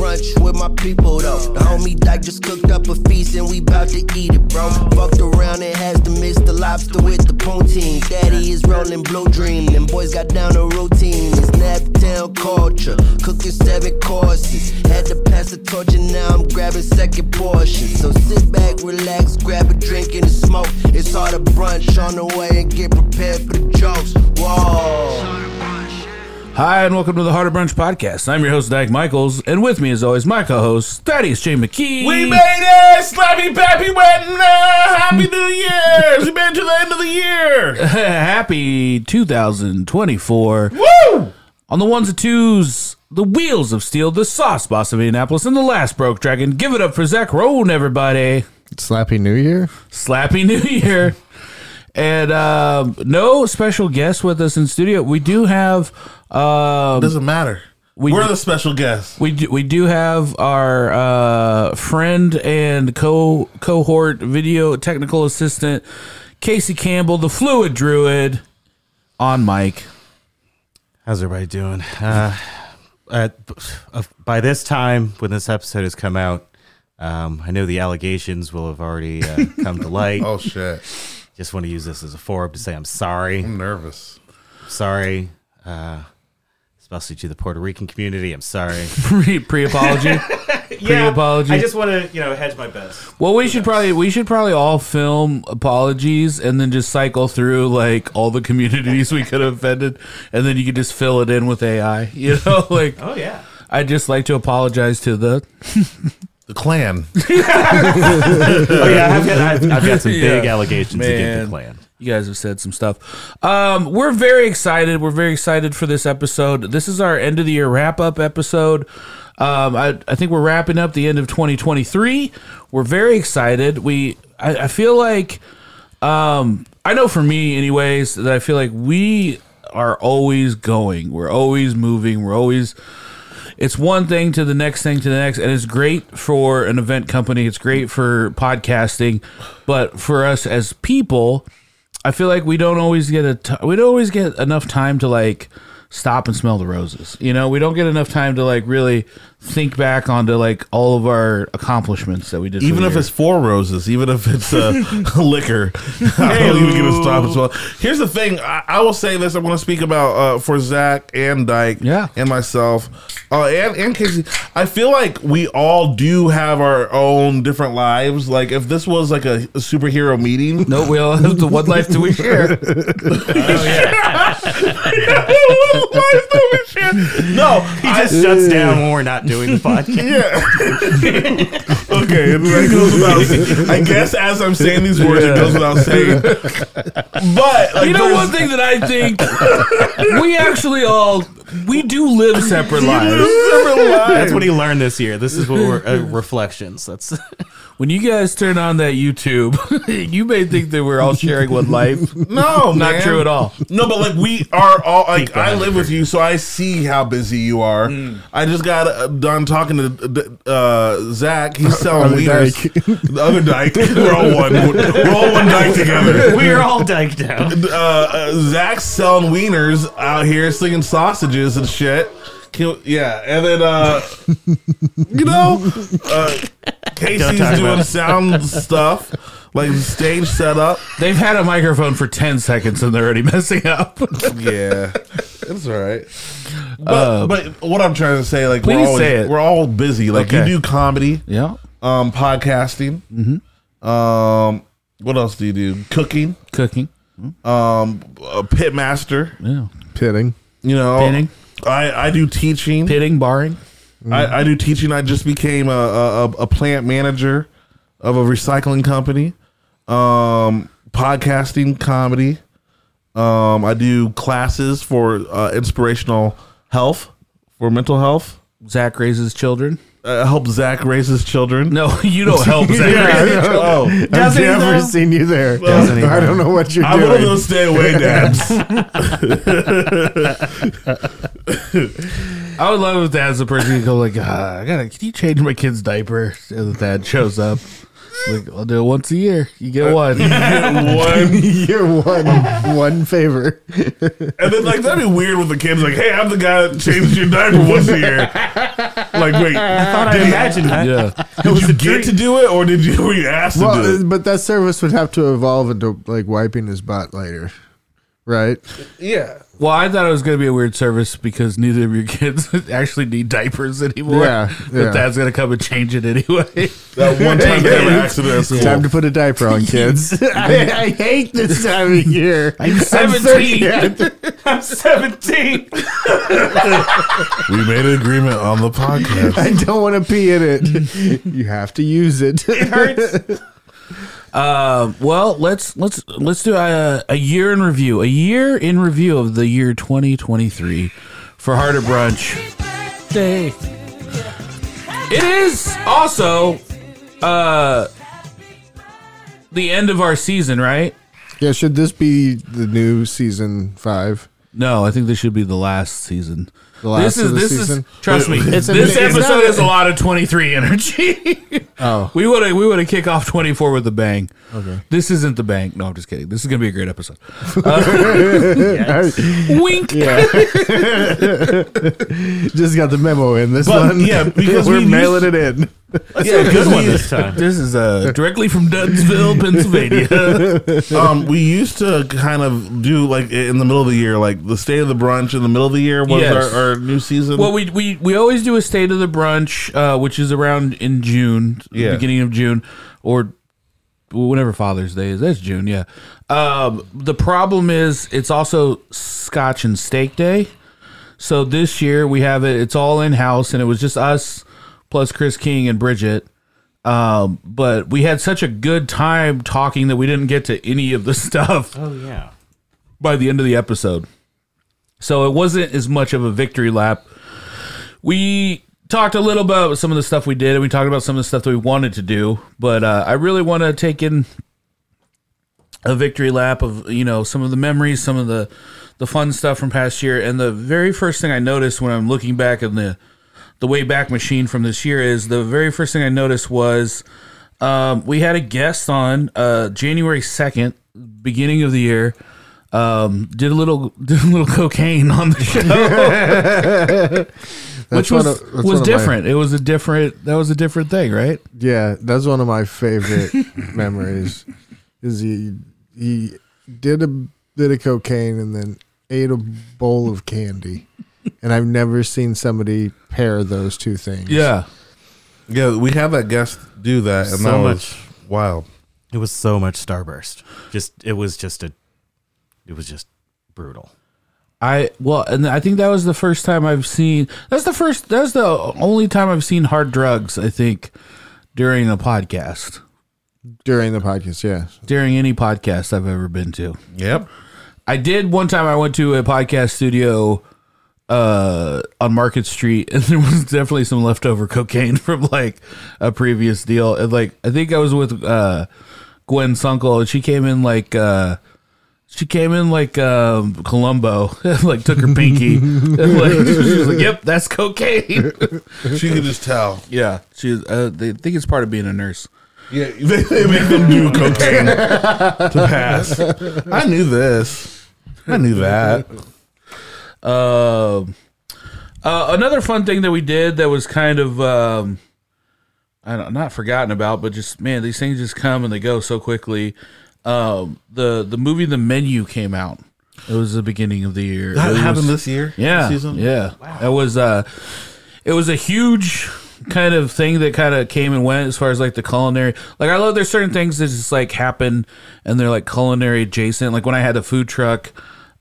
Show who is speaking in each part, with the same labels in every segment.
Speaker 1: my people though. The homie Dyke just cooked up a feast and we bout to eat it, bro. Fucked around and has to miss the lobster with the protein. Daddy is rolling blue dream. Them boys got down a routine. It's Naptown culture. Cooking seven courses. Had to pass the torch and now I'm grabbing second portion. So sit back, relax, grab a drink and a smoke. It's all the brunch on the way and get prepared for the jokes. Whoa.
Speaker 2: Hi, and welcome to the Harder Brunch Podcast. I'm your host, Dyke Michaels, and with me, as always, my co host, Thaddeus J. McKee.
Speaker 3: We made it! Slappy Pappy went and uh, Happy New Year! we made it to the end of the year!
Speaker 2: Happy 2024.
Speaker 3: Woo!
Speaker 2: On the ones and twos, the wheels of steel, the sauce boss of Indianapolis, and the last broke dragon. Give it up for Zach Roan, everybody.
Speaker 4: Slappy New Year?
Speaker 2: Slappy New Year. And um, no special guest with us in studio. We do have um,
Speaker 3: Doesn't matter.
Speaker 2: We
Speaker 3: We are
Speaker 2: do-
Speaker 3: the special guest.
Speaker 2: We do, we do have our uh, friend and co cohort video technical assistant Casey Campbell, the fluid druid, on mic.
Speaker 5: How's everybody doing? Uh, at, of- by this time, when this episode has come out, um, I know the allegations will have already uh, come to light.
Speaker 3: Oh, shit.
Speaker 5: Just want to use this as a forum to say I'm sorry.
Speaker 3: I'm nervous.
Speaker 5: Sorry. Uh, especially to the Puerto Rican community. I'm sorry.
Speaker 2: Pre pre apology.
Speaker 5: yeah,
Speaker 2: apology.
Speaker 5: I just want to, you know, hedge my bets.
Speaker 2: well, we should probably we should probably all film apologies and then just cycle through like all the communities we could have offended, and then you could just fill it in with AI. You know, like
Speaker 5: Oh, yeah.
Speaker 2: I just like to apologize to the
Speaker 3: The clan.
Speaker 5: Oh, yeah. I've got, I've, I've got some big
Speaker 2: Yeah.
Speaker 5: allegations against
Speaker 2: Man.
Speaker 5: the clan.
Speaker 2: You guys have said some stuff. Um, we're very excited. We're very excited for this episode. This is our end of the year wrap up episode. Um, I, I think we're wrapping up the end of 2023. We're very excited. We I, I feel like um, I know for me, anyways, that I feel like we are always going. We're always moving. We're always. It's one thing to the next thing to the next, and it's great for an event company. It's great for podcasting, but for us as people, I feel like we don't always get a t- we don't always get enough time to like stop and smell the roses. You know, we don't get enough time to like really think back onto like all of our accomplishments that we did. for
Speaker 3: Even
Speaker 2: the
Speaker 3: if
Speaker 2: year.
Speaker 3: it's four roses, even if it's uh, liquor, I don't even get a stop as well. Here's the thing: I, I will say this. I want to speak about uh, for Zach and Dyke,
Speaker 2: Yeah.
Speaker 3: and myself, uh, and and Casey. I feel like we all do have our own different lives. Like if this was like a, a superhero meeting,
Speaker 2: no, Oh, we all have the one life that we share.
Speaker 3: no,
Speaker 5: He just shuts down when we're not doing the podcast.
Speaker 3: Yeah. okay, and that goes without. I guess as I'm saying these words, it goes without saying. But like,
Speaker 2: You know one
Speaker 3: there's-
Speaker 2: thing that I think we actually all we do live separate lives.
Speaker 5: That's what he learned this year. This is what we're uh, reflections. That's
Speaker 2: When you guys turn on that YouTube, you may think that we're all sharing one life.
Speaker 3: No,
Speaker 2: Not
Speaker 3: man.
Speaker 2: true at all.
Speaker 3: No, but like we are all like I live with you, so I see how busy you are.
Speaker 2: Mm.
Speaker 3: I just got uh, done talking to uh, Zach. He's selling
Speaker 4: Other
Speaker 3: wieners. the other dyke. We're all one. We're all one dyke together.
Speaker 5: we're all dyked down.
Speaker 3: Uh, uh, Zach's selling wieners out here, slinging sausages and shit. Can- yeah, and then uh, you know, uh, Casey's
Speaker 5: talk about
Speaker 3: doing
Speaker 5: it.
Speaker 3: sound stuff like stage setup.
Speaker 2: They've had a microphone for ten seconds and they're already messing up.
Speaker 3: yeah, it's all right. But, but what I'm trying to say, like, we're
Speaker 2: Um, Please
Speaker 3: always,
Speaker 2: say it.
Speaker 3: We're all busy. Like,
Speaker 2: Okay.
Speaker 3: you do comedy,
Speaker 2: yeah,
Speaker 3: um, podcasting.
Speaker 2: Mm-hmm.
Speaker 3: Um, what else do you do? Cooking,
Speaker 2: cooking.
Speaker 3: um, a pit master.
Speaker 2: Yeah,
Speaker 4: Pitting.
Speaker 3: You know,
Speaker 2: Pinning.
Speaker 3: I I do teaching.
Speaker 2: pitting, barring.
Speaker 3: I, I do teaching. I just became a, a a- a plant manager of a recycling company. Um, podcasting, comedy. Um, I do classes for uh, inspirational health, for mental health.
Speaker 2: Zach raises children.
Speaker 3: I help Zach raise his children.
Speaker 2: No, you don't help Zach.
Speaker 3: Oh,
Speaker 4: I've
Speaker 5: Doesn't he,
Speaker 4: never
Speaker 5: though?
Speaker 4: seen you there.
Speaker 5: Doesn't he,
Speaker 4: I don't know what you're
Speaker 3: I'm one of
Speaker 4: doing.
Speaker 3: those stay away dads.
Speaker 2: I would love if Dad's the person you go like, ah, I gotta. Can you change my kid's diaper? And the dad shows up. Like I'll do it once a year. You get one.
Speaker 3: One.
Speaker 4: You're one one favor.
Speaker 3: And then like that'd be weird with the kids. Like, hey, I'm the guy that changes your diaper once a year. Like, like, wait, I
Speaker 5: thought I imagined that.
Speaker 2: Yeah.
Speaker 3: did you get to do it, or did you were you asked to do
Speaker 4: Well,
Speaker 3: it?
Speaker 4: but that service would have to evolve into like wiping his butt later, right?
Speaker 3: Yeah,
Speaker 2: Well, I thought it was going to be a weird service because neither of your kids actually need diapers anymore.
Speaker 4: Yeah, yeah.
Speaker 2: But dad's going to come and change it anyway.
Speaker 3: that
Speaker 4: uh,
Speaker 3: one time they had an accident at
Speaker 4: Time
Speaker 3: school.
Speaker 4: to put a diaper on, kids. I, I hate this time of year. I'm
Speaker 2: 17.
Speaker 4: thirty-
Speaker 5: I'm 17.
Speaker 3: We made an agreement on the podcast.
Speaker 4: I don't want to pee in it. You have to use it.
Speaker 2: Um, well, let's let's let's do a, a year in review. A year in review of the year 2023 for Harder Brunch. Day. It is also uh the end of our season, right?
Speaker 4: yeah, should this be the new season five?
Speaker 2: No, I think this should be the last season. The
Speaker 4: last
Speaker 2: this is
Speaker 4: of the
Speaker 2: this
Speaker 4: season?
Speaker 2: is trust me.
Speaker 4: It's a-
Speaker 2: this
Speaker 4: it's not
Speaker 2: episode
Speaker 4: a-
Speaker 2: is a lot of 23 energy.
Speaker 4: Oh.
Speaker 2: We would we would have kick off 24 with a bang. Okay. This isn't the bang. No, I'm just kidding. This is going to be a great episode. Uh, Wink.
Speaker 4: Just got the memo in this
Speaker 3: But,
Speaker 4: one.
Speaker 3: yeah, because
Speaker 4: we're
Speaker 3: we
Speaker 4: mailing it in.
Speaker 3: Yeah,
Speaker 5: Good one this time.
Speaker 2: This is uh, directly from Dunsville, Pennsylvania.
Speaker 3: um, we used to kind of do like in the middle of the year, like the state of the brunch in the middle of the year was
Speaker 2: Yes.
Speaker 3: our, our new season.
Speaker 2: well, we, we we always do a state of the brunch, uh, which is around in June,
Speaker 3: Yeah.
Speaker 2: beginning of June, or whenever Father's Day is. That's June, yeah. Um, the problem is it's also Scotch and Steak Day. So this year we have it. It's all in house, and it was just us plus Chris King and Bridget. Um, but we had such a good time talking that we didn't get to any of the stuff.
Speaker 5: Oh, yeah.
Speaker 2: by the end of the episode. So it wasn't as much of a victory lap. We talked a little about some of the stuff we did, and we talked about some of the stuff that we wanted to do. But uh, I really want to take in a victory lap of you know some of the memories, some of the the fun stuff from past year. And the very first thing I noticed when I'm looking back in the the way back machine from this year is the very first thing I noticed was um, we had a guest on uh, January second, beginning of the year. Um, did a little did a little cocaine on the show, which was
Speaker 4: That's one of- that's one
Speaker 2: was
Speaker 4: of my-
Speaker 2: different. It was a different that was a different thing, right?
Speaker 4: Yeah, that's one of my favorite memories. Is he he did a bit of cocaine and then ate a bowl of candy, and I've never seen somebody pair those two things.
Speaker 2: Yeah,
Speaker 3: yeah, we had that guest do that, and
Speaker 5: So
Speaker 3: that
Speaker 5: much.
Speaker 3: was wild.
Speaker 5: It was so much Starburst. Just, it was just a, it was just brutal.
Speaker 2: I well, and I think that was the first time I've seen. That's the first. That's the only time I've seen hard drugs. I think during a podcast,
Speaker 4: during the podcast. Yeah,
Speaker 2: during any podcast I've ever been to.
Speaker 3: Yep.
Speaker 2: I did one time. I went to a podcast studio uh, on Market Street, and there was definitely some leftover cocaine from like a previous deal. And like, I think I was with uh, Gwen Sunkel, and she came in like. Uh, she came in like um, Columbo, like took her pinky, and like she was like, "Yep, that's cocaine."
Speaker 3: She could just tell.
Speaker 2: yeah, she's. Uh, they think it's part of being a nurse.
Speaker 3: Yeah, they, they make them do cocaine to pass. I knew this. I knew that.
Speaker 2: Um, uh, another fun thing that we did that was kind of um, I don't not forgotten about, but just man, these things just come and they go so quickly. Um, the the movie The Menu came out. It was the beginning of the year. It
Speaker 3: That
Speaker 2: was-
Speaker 3: happened this year.
Speaker 2: yeah,
Speaker 3: this season.
Speaker 2: Yeah, that was uh, it was a huge kind of thing that kind of came and went as far as like the culinary. Like I love there's certain things that just like happen and they're like culinary adjacent. Like when I had the food truck,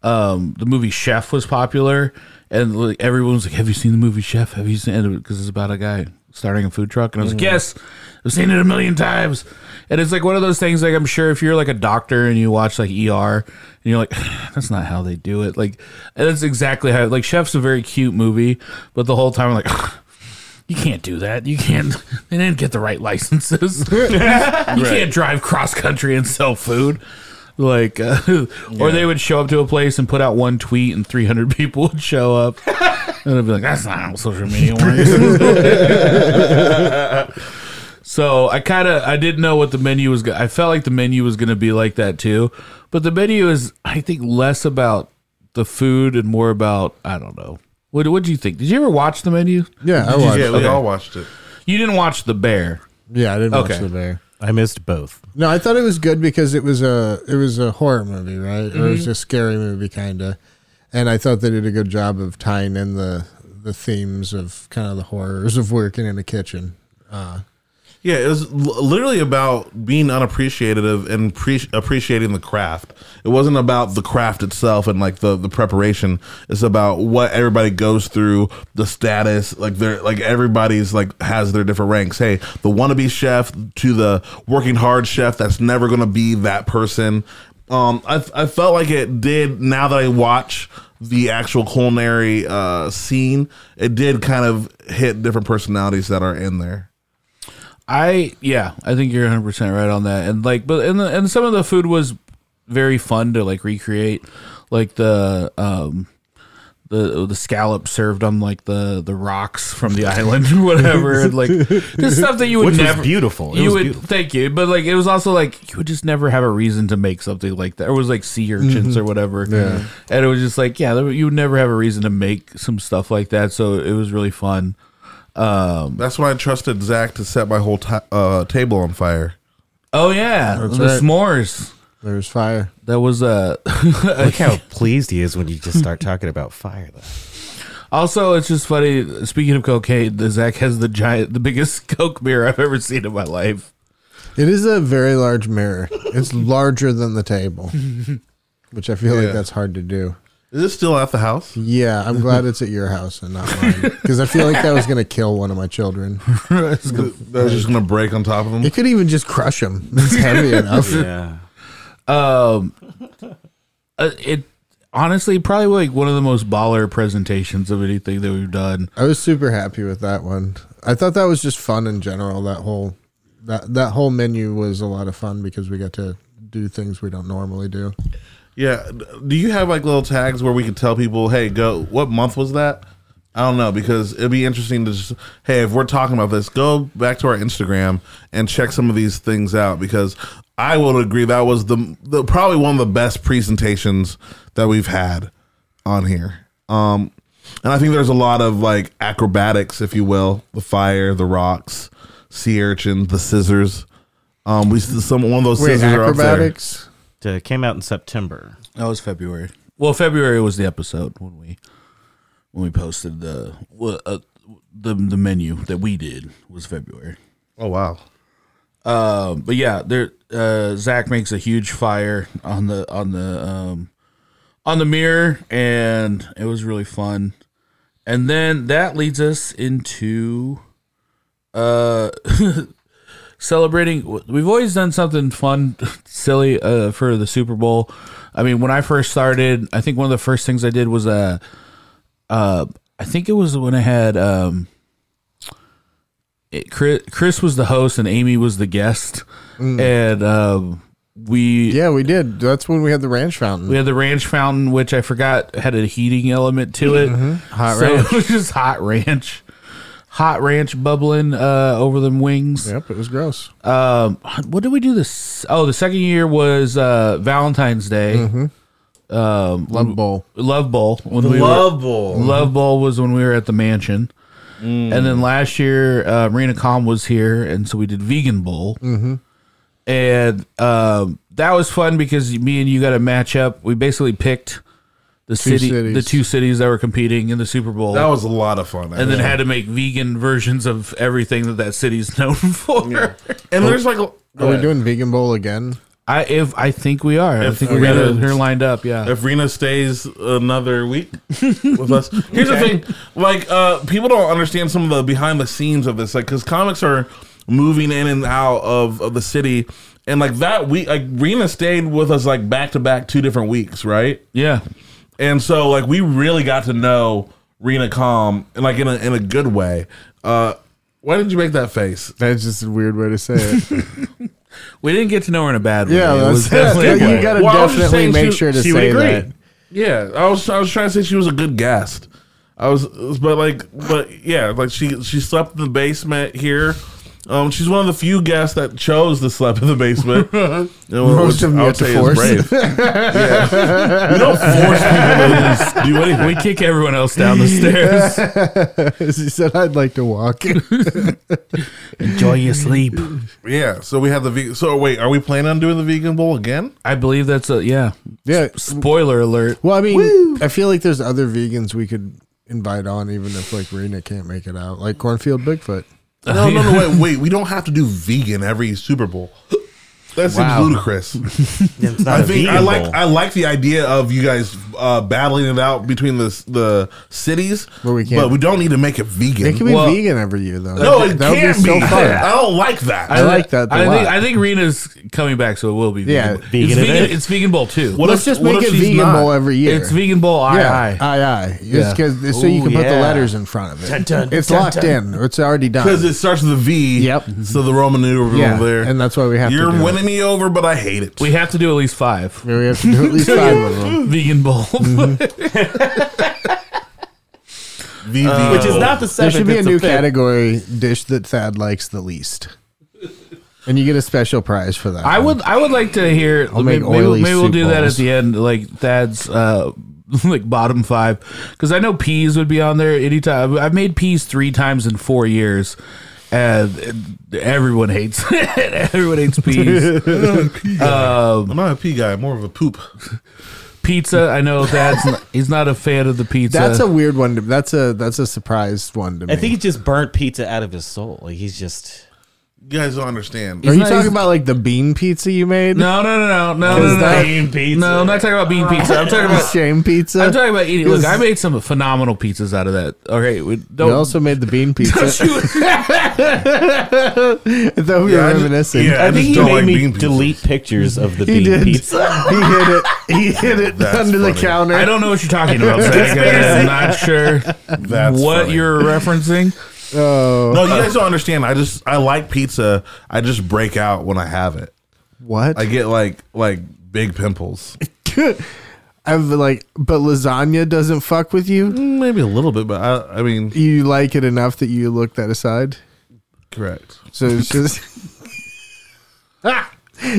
Speaker 2: um, the movie Chef was popular, and like everyone was like, "Have you seen the movie Chef? Have you seen?" it?" Because it's about a guy starting a food truck, and I was like, "Yes." I've seen it a million times, and it's like one of those things. Like I'm sure if you're like a doctor and you watch like ER, and you're like, that's not how they do it. Like and that's exactly how. Like Chef's a very cute movie, but the whole time I'm like, you can't do that. You can't. They didn't get the right licenses. you can't drive cross country and sell food. Like, uh, or they would show up to a place and put out one tweet, and 300 people would show up, and I'd be like, "That's not how social media works." so I kind of I didn't know what the menu was. Go- I felt like the menu was going to be like that too, but the menu is I think less about the food and more about I don't know What What do you think? Did you ever watch the menu?
Speaker 4: Yeah, I watched.
Speaker 3: yeah,
Speaker 4: Yeah,
Speaker 3: we all watched it.
Speaker 2: You didn't watch the bear.
Speaker 4: I didn't
Speaker 2: Okay.
Speaker 4: watch the bear.
Speaker 5: I missed both.
Speaker 4: No, I thought it was good because it was a it was a horror movie, right? Or it was a scary movie, kind of. And I thought they did a good job of tying in the the themes of kind of the horrors of working in a kitchen.
Speaker 3: Yeah, it was l- literally about being unappreciative and pre- appreciating the craft. It wasn't about the craft itself and like the the preparation. It's about what everybody goes through, the status, like they're like everybody's like has their different ranks. Hey, the wannabe chef to the working hard chef that's never going to be that person. Um, I I felt like it did now that I watch the actual culinary uh, scene. It did kind of hit different personalities that are in there.
Speaker 2: I yeah, I think you're 100 percent right on that. And like, but and the, and some of the food was very fun to like recreate, like the um the the scallop served on like the the rocks from the island or whatever, and like just stuff that you would
Speaker 5: Which was
Speaker 2: never
Speaker 5: beautiful. It
Speaker 2: you
Speaker 5: was
Speaker 2: would
Speaker 5: beautiful.
Speaker 2: thank you, but like it was also like you would just never have a reason to make something like that. Or it was like sea urchins or whatever, yeah. and it was just like yeah, there, you would never have a reason to make some stuff like that. So it was really fun.
Speaker 3: That's when I trusted Zach to set my whole ti uh, table on fire.
Speaker 2: Oh yeah, the
Speaker 4: right.
Speaker 2: s'mores.
Speaker 4: There was fire.
Speaker 2: That was uh
Speaker 5: Look how pleased he is when you just start talking about fire. Though.
Speaker 2: also it's just funny. Speaking of cocaine, the Zach has the giant, the biggest coke mirror I've ever seen in my life.
Speaker 4: It is a very large mirror. It's larger than the table, which I feel
Speaker 3: Yeah.
Speaker 4: like that's hard to do.
Speaker 3: Is it still at the house?
Speaker 4: Yeah, I'm glad it's at your house and not mine because I feel like that was going to kill one of my children.
Speaker 3: That's just gonna break on top of him.
Speaker 4: It could even just crush him. It's heavy enough.
Speaker 5: Yeah.
Speaker 2: Uh, it honestly probably like one of the most baller presentations of anything that we've done.
Speaker 4: I was super happy with that one. I thought that was just fun in general. That whole that that whole menu was a lot of fun because we got to do things we don't normally do.
Speaker 3: Yeah. Do you have like little tags where we could tell people, hey, go? What month was that? I don't know because it'd be interesting to just, hey, if we're talking about this, go back to our Instagram and check some of these things out because I will agree that was the, the probably one of the best presentations that we've had on here. Um, and I think there's a lot of like acrobatics, if you will, the fire, the rocks, sea urchin, the scissors. Um, we some one of those
Speaker 4: Wait,
Speaker 3: scissors are up there.
Speaker 4: acrobatics?
Speaker 5: Uh, came out in September.
Speaker 2: That was February. Well, February was the episode when we when we posted the well, uh, the the menu that we did was February.
Speaker 3: Oh wow.
Speaker 2: Um, but yeah, there uh, Zach makes a huge fire on the on the um, on the mirror, and it was really fun. And then that leads us into uh, celebrating. We've always done something fun, silly uh, for the Super Bowl. I mean, when I first started, I think one of the first things I did was uh, uh, I think it was when I had um, it, Chris, Chris was the host and Amy was the guest, and um, we
Speaker 4: Yeah, we did. That's when we had the ranch fountain.
Speaker 2: we had the ranch fountain, which I forgot had a heating element to it. Hot
Speaker 4: ranch.
Speaker 2: it was just hot ranch, hot ranch bubbling uh, over them wings.
Speaker 4: yep, it was gross.
Speaker 2: Um, what did we do this? Oh, the second year was uh, Valentine's Day. Um,
Speaker 4: Love bowl.
Speaker 2: Love Bowl. When we
Speaker 3: Love
Speaker 2: were,
Speaker 3: Bowl. Mm.
Speaker 2: Love Bowl was when we were at the mansion. And then last year, uh, Marina Com was here, and so we did Vegan Bowl.
Speaker 4: Mm-hmm.
Speaker 2: And um, that was fun because me and you got to match up. We basically picked the city,
Speaker 4: cities.
Speaker 2: the two cities that were competing in the Super Bowl,
Speaker 3: That was a lot of fun.
Speaker 2: and then had to make vegan versions of everything that that city's known for.
Speaker 3: and there's like, a-
Speaker 4: Are we doing vegan bowl again?
Speaker 2: I if I think we are. I
Speaker 3: If
Speaker 2: think we
Speaker 3: we
Speaker 2: got
Speaker 3: gotta-
Speaker 2: it here lined up. Yeah.
Speaker 3: if Rena stays another week with us. Here's the thing: like, uh, people don't understand some of the behind the scenes of this, like, because comics are moving in and out of, of the city, and like that week, like Rena stayed with us like back to back two different weeks, right?
Speaker 2: yeah.
Speaker 3: And so like we really got to know Rena Calm, and like in a in a good way. Uh, why did you make that face?
Speaker 4: That's just a weird way to say it.
Speaker 2: We didn't get to know her in a bad way.
Speaker 4: Yeah,
Speaker 2: It was
Speaker 4: that's
Speaker 2: definitely a
Speaker 4: you
Speaker 2: way.
Speaker 4: got to
Speaker 3: Well, I was just
Speaker 4: definitely
Speaker 3: saying
Speaker 4: make
Speaker 3: she-
Speaker 4: sure to
Speaker 5: she would
Speaker 4: say
Speaker 5: agree.
Speaker 4: that.
Speaker 3: Yeah, I was I was trying to say she was a good guest. I was, but like, but yeah, like she she slept in the basement here, Um, she's one of the few guests that chose to sleep in the basement. Most
Speaker 4: Most of them you have to force.
Speaker 3: We don't force people to do anything.
Speaker 2: We kick everyone else down the stairs.
Speaker 4: he said, "I'd like to walk."
Speaker 5: Oh,
Speaker 2: Enjoy your sleep.
Speaker 3: Yeah, so we have the vegan. So wait, are we planning on doing the vegan bowl again?
Speaker 2: I believe that's a yeah.
Speaker 4: yeah.
Speaker 2: Spoiler alert.
Speaker 4: Well, I mean, I feel like there's other vegans we could invite on, even if like Rena can't make it out, like Cornfield Bigfoot.
Speaker 3: No, no, no. Wait, wait. We don't have to do vegan every Super Bowl. That seems
Speaker 5: Wow.
Speaker 3: ludicrous.
Speaker 5: It's not
Speaker 3: I
Speaker 5: a
Speaker 3: think
Speaker 5: vegan
Speaker 3: I like
Speaker 5: bowl.
Speaker 3: I like the idea of you guys uh, battling it out between the the cities,
Speaker 4: But we can't-
Speaker 3: But we don't need to make it vegan.
Speaker 4: It could be
Speaker 2: Well-
Speaker 4: vegan every year, though.
Speaker 3: no, it
Speaker 4: that
Speaker 3: can't
Speaker 4: would be
Speaker 3: be.
Speaker 4: so fun.
Speaker 3: I don't like that.
Speaker 4: I like that a
Speaker 2: I think
Speaker 4: lot.
Speaker 2: I think Rena's coming back, so it will be.
Speaker 4: Yeah,
Speaker 2: Bowl.
Speaker 5: vegan
Speaker 2: It's
Speaker 5: it
Speaker 2: vegan,
Speaker 5: is.
Speaker 2: it's vegan bowl too.
Speaker 3: What
Speaker 4: Let's
Speaker 3: if-
Speaker 4: just
Speaker 3: what
Speaker 4: make
Speaker 3: if
Speaker 4: it
Speaker 3: she's
Speaker 4: vegan
Speaker 3: not?
Speaker 4: bowl every year.
Speaker 2: It's vegan bowl. I
Speaker 4: Yeah, aye, aye. It's 'cause- so you
Speaker 5: Ooh,
Speaker 4: can put the
Speaker 5: yeah.
Speaker 4: letters in front of it.
Speaker 5: Dun, dun,
Speaker 4: it's
Speaker 5: dun,
Speaker 4: locked
Speaker 5: dun.
Speaker 4: in. It's already done.
Speaker 3: because it starts with a V.
Speaker 4: Yep.
Speaker 3: So the Roman numeral
Speaker 4: yeah,
Speaker 3: over there,
Speaker 4: and that's why we have
Speaker 3: you're
Speaker 4: to. do
Speaker 3: winning me over, but I hate it.
Speaker 2: We have to do at least five
Speaker 4: It. We have to do at least five of them.
Speaker 2: vegan bowl.
Speaker 3: Mm-hmm. V- vegan
Speaker 5: uh, which is
Speaker 3: bowl.
Speaker 5: not the
Speaker 4: There
Speaker 5: seventh.
Speaker 4: should be a
Speaker 5: it's
Speaker 4: new
Speaker 5: fifth.
Speaker 4: category dish that Thad likes the least, and you get a special prize for that.
Speaker 2: I would I would like to hear.
Speaker 4: make
Speaker 2: maybe maybe,
Speaker 4: oily
Speaker 2: maybe we'll
Speaker 4: soup
Speaker 2: do that at
Speaker 4: bowls.
Speaker 2: the end, like Thad's uh, like bottom five, because I know peas would be on there anytime. I've made peas three times in four years. And everyone hates it. Everyone hates peas. Uh,
Speaker 3: I'm not a pea guy. I'm more of a poop.
Speaker 2: Pizza. I know Thad's not, he's not a fan of the pizza.
Speaker 4: That's a weird one. To, that's a that's a surprise one to me.
Speaker 5: I think he just burnt pizza out of his soul. Like he's just.
Speaker 3: You guys don't understand.
Speaker 4: Are you
Speaker 2: not-
Speaker 4: talking
Speaker 2: he's-
Speaker 4: about like the bean pizza you made?
Speaker 2: no, no, no, no, no, no,
Speaker 4: Is
Speaker 2: no.
Speaker 4: that-
Speaker 5: Bean pizza.
Speaker 2: No, I'm not talking about bean pizza. I'm talking
Speaker 4: The
Speaker 2: about
Speaker 4: shame pizza.
Speaker 2: I'm talking about eating. Look,
Speaker 4: Yes.
Speaker 2: I made some phenomenal pizzas out of that. Okay, we
Speaker 4: you
Speaker 2: don't.
Speaker 4: also made the bean pizza.
Speaker 2: don't you-
Speaker 4: I thought we
Speaker 3: Yeah,
Speaker 4: were
Speaker 3: I just-
Speaker 4: reminiscing.
Speaker 3: yeah. I
Speaker 5: I,
Speaker 3: just
Speaker 5: think he
Speaker 3: don't
Speaker 5: made
Speaker 3: like
Speaker 5: me
Speaker 3: bean pizzas.
Speaker 5: delete pictures of the
Speaker 4: He
Speaker 5: bean
Speaker 4: did.
Speaker 5: pizza.
Speaker 4: He hid it. He hid it
Speaker 3: That's
Speaker 4: under the
Speaker 3: funny.
Speaker 4: counter.
Speaker 2: I don't know what you're talking about. Zach. I'm not sure
Speaker 3: That's
Speaker 2: what
Speaker 3: funny.
Speaker 2: you're referencing.
Speaker 4: Oh,
Speaker 3: No, you guys don't understand. I just I like pizza. I just break out when I have it.
Speaker 4: what?
Speaker 3: I get like like big pimples.
Speaker 4: I've like, but lasagna doesn't fuck with you.
Speaker 3: Maybe a little bit, but I I mean
Speaker 4: You like it enough that you look that aside.
Speaker 3: correct.
Speaker 4: So it's just.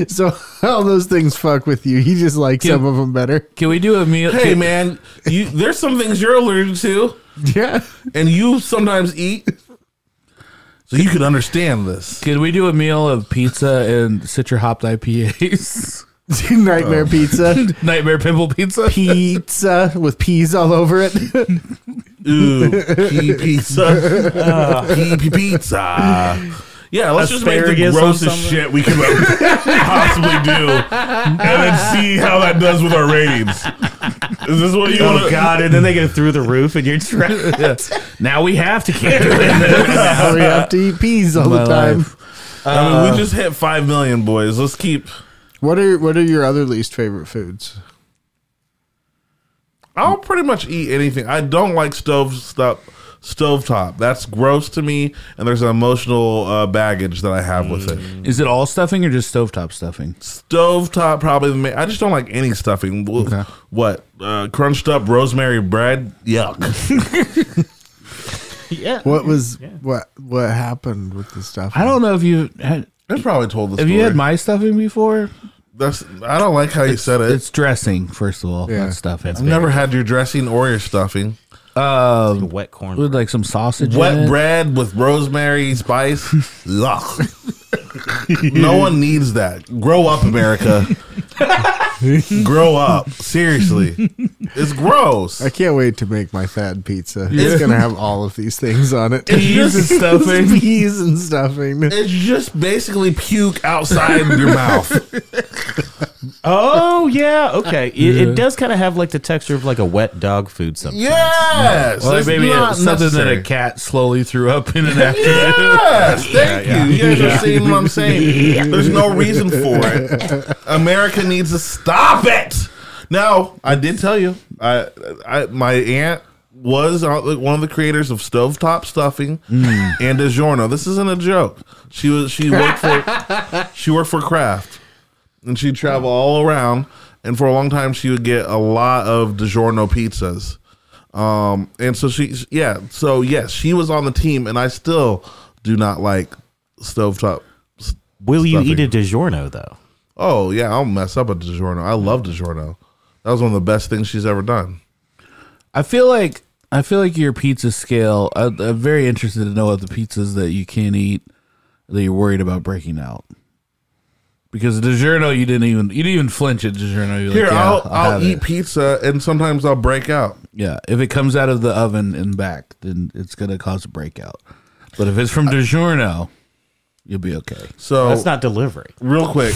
Speaker 4: So all those things fuck with you. He just likes
Speaker 2: Yeah.
Speaker 4: some of them better.
Speaker 2: Can we do a meal?
Speaker 3: Hey
Speaker 2: can-
Speaker 3: man, you there's some things you're allergic to
Speaker 4: Yeah.
Speaker 3: and you sometimes eat. So you could understand this.
Speaker 2: Can we do a meal of pizza and citra hopped IPAs? Oh.
Speaker 4: Nightmare pizza.
Speaker 2: Nightmare pimple pizza.
Speaker 4: Pizza with peas all over it.
Speaker 3: Ooh, pea pizza. Pea pea pizza. Yeah, let's just make
Speaker 5: Asparagus
Speaker 3: the
Speaker 5: on
Speaker 3: grossest
Speaker 5: something?
Speaker 3: shit we can possibly do and then see how that does with our ratings. Is this what you
Speaker 5: Oh
Speaker 3: want to
Speaker 5: God! And then they go through the roof, and you're trapped.
Speaker 2: Now we have to cancel it.
Speaker 4: Now we have to eat peas all
Speaker 2: My
Speaker 4: the time.
Speaker 2: life.
Speaker 3: I mean, we just hit 5 million, boys. Let's keep.
Speaker 4: What are what are your other least favorite foods?
Speaker 3: I'll pretty much eat anything. I don't like stove stuff, stovetop. That's gross to me, and there's an emotional uh, baggage that I have with it.
Speaker 2: Is it all stuffing or just stovetop stuffing?
Speaker 3: Stovetop probably the ma- I just don't like any stuffing. Wh- What uh, crunched up rosemary bread? Yuck.
Speaker 5: yeah.
Speaker 4: What was what what happened with the stuff?
Speaker 2: I don't know if you had.
Speaker 3: I probably told this.
Speaker 2: Have you had my stuffing before?
Speaker 3: That's, I don't like how you said it.
Speaker 2: It's dressing, first of all,
Speaker 4: Yeah.
Speaker 2: not stuffing.
Speaker 3: I've never had your dressing or your stuffing.
Speaker 2: Um,
Speaker 5: Wet corn.
Speaker 2: with like some sausage. in
Speaker 3: Wet
Speaker 2: it.
Speaker 3: bread with rosemary spice. Yuck. no one needs that. Grow up, America. Grow up. Seriously. It's gross.
Speaker 4: I can't wait to make my Thad pizza. It's gonna have all of these things on it.
Speaker 2: Peas and stuffing.
Speaker 4: peas and stuffing.
Speaker 3: It's just basically puke outside your mouth.
Speaker 5: Oh yeah. Okay. It, it does kind of have like the texture of like a wet dog food. Something.
Speaker 3: Yes.
Speaker 2: Well,
Speaker 3: it's
Speaker 2: maybe
Speaker 3: not
Speaker 2: it's something
Speaker 3: necessary.
Speaker 2: that a cat slowly threw up in an afternoon.
Speaker 3: Yes, thank you. You guys are seeing what I'm saying. There's no reason for it. America needs to stop it. Now, I did tell you, I, I my aunt was on- one of the creators of stovetop stuffing and DiGiorno. This isn't a joke. She was she worked for she worked for Kraft, and she'd travel all around. And for a long time, she would get a lot of DiGiorno pizzas. Um, and so she, yeah, so yes, she was on the team, and I still do not like stovetop. s-
Speaker 5: Will you eat
Speaker 3: Stuffing.
Speaker 5: a DiGiorno though?
Speaker 3: Oh yeah, I'll mess up a DiGiorno. I love DiGiorno. That was one of the best things she's ever done.
Speaker 2: I feel like I feel like your pizza scale. I, I'm very interested to know what the pizzas that you can't eat that you're worried about breaking out. Because DiGiorno, you didn't even you didn't even flinch at DiGiorno. You're
Speaker 3: Here,
Speaker 2: like, yeah,
Speaker 3: I'll I'll,
Speaker 2: have
Speaker 3: eat
Speaker 2: it.
Speaker 3: pizza, and sometimes I'll break out.
Speaker 2: Yeah, if it comes out of the oven and back, then it's gonna cause a breakout. But if it's from DiGiorno, you'll be okay.
Speaker 3: So
Speaker 5: That's not delivery.
Speaker 3: real quick.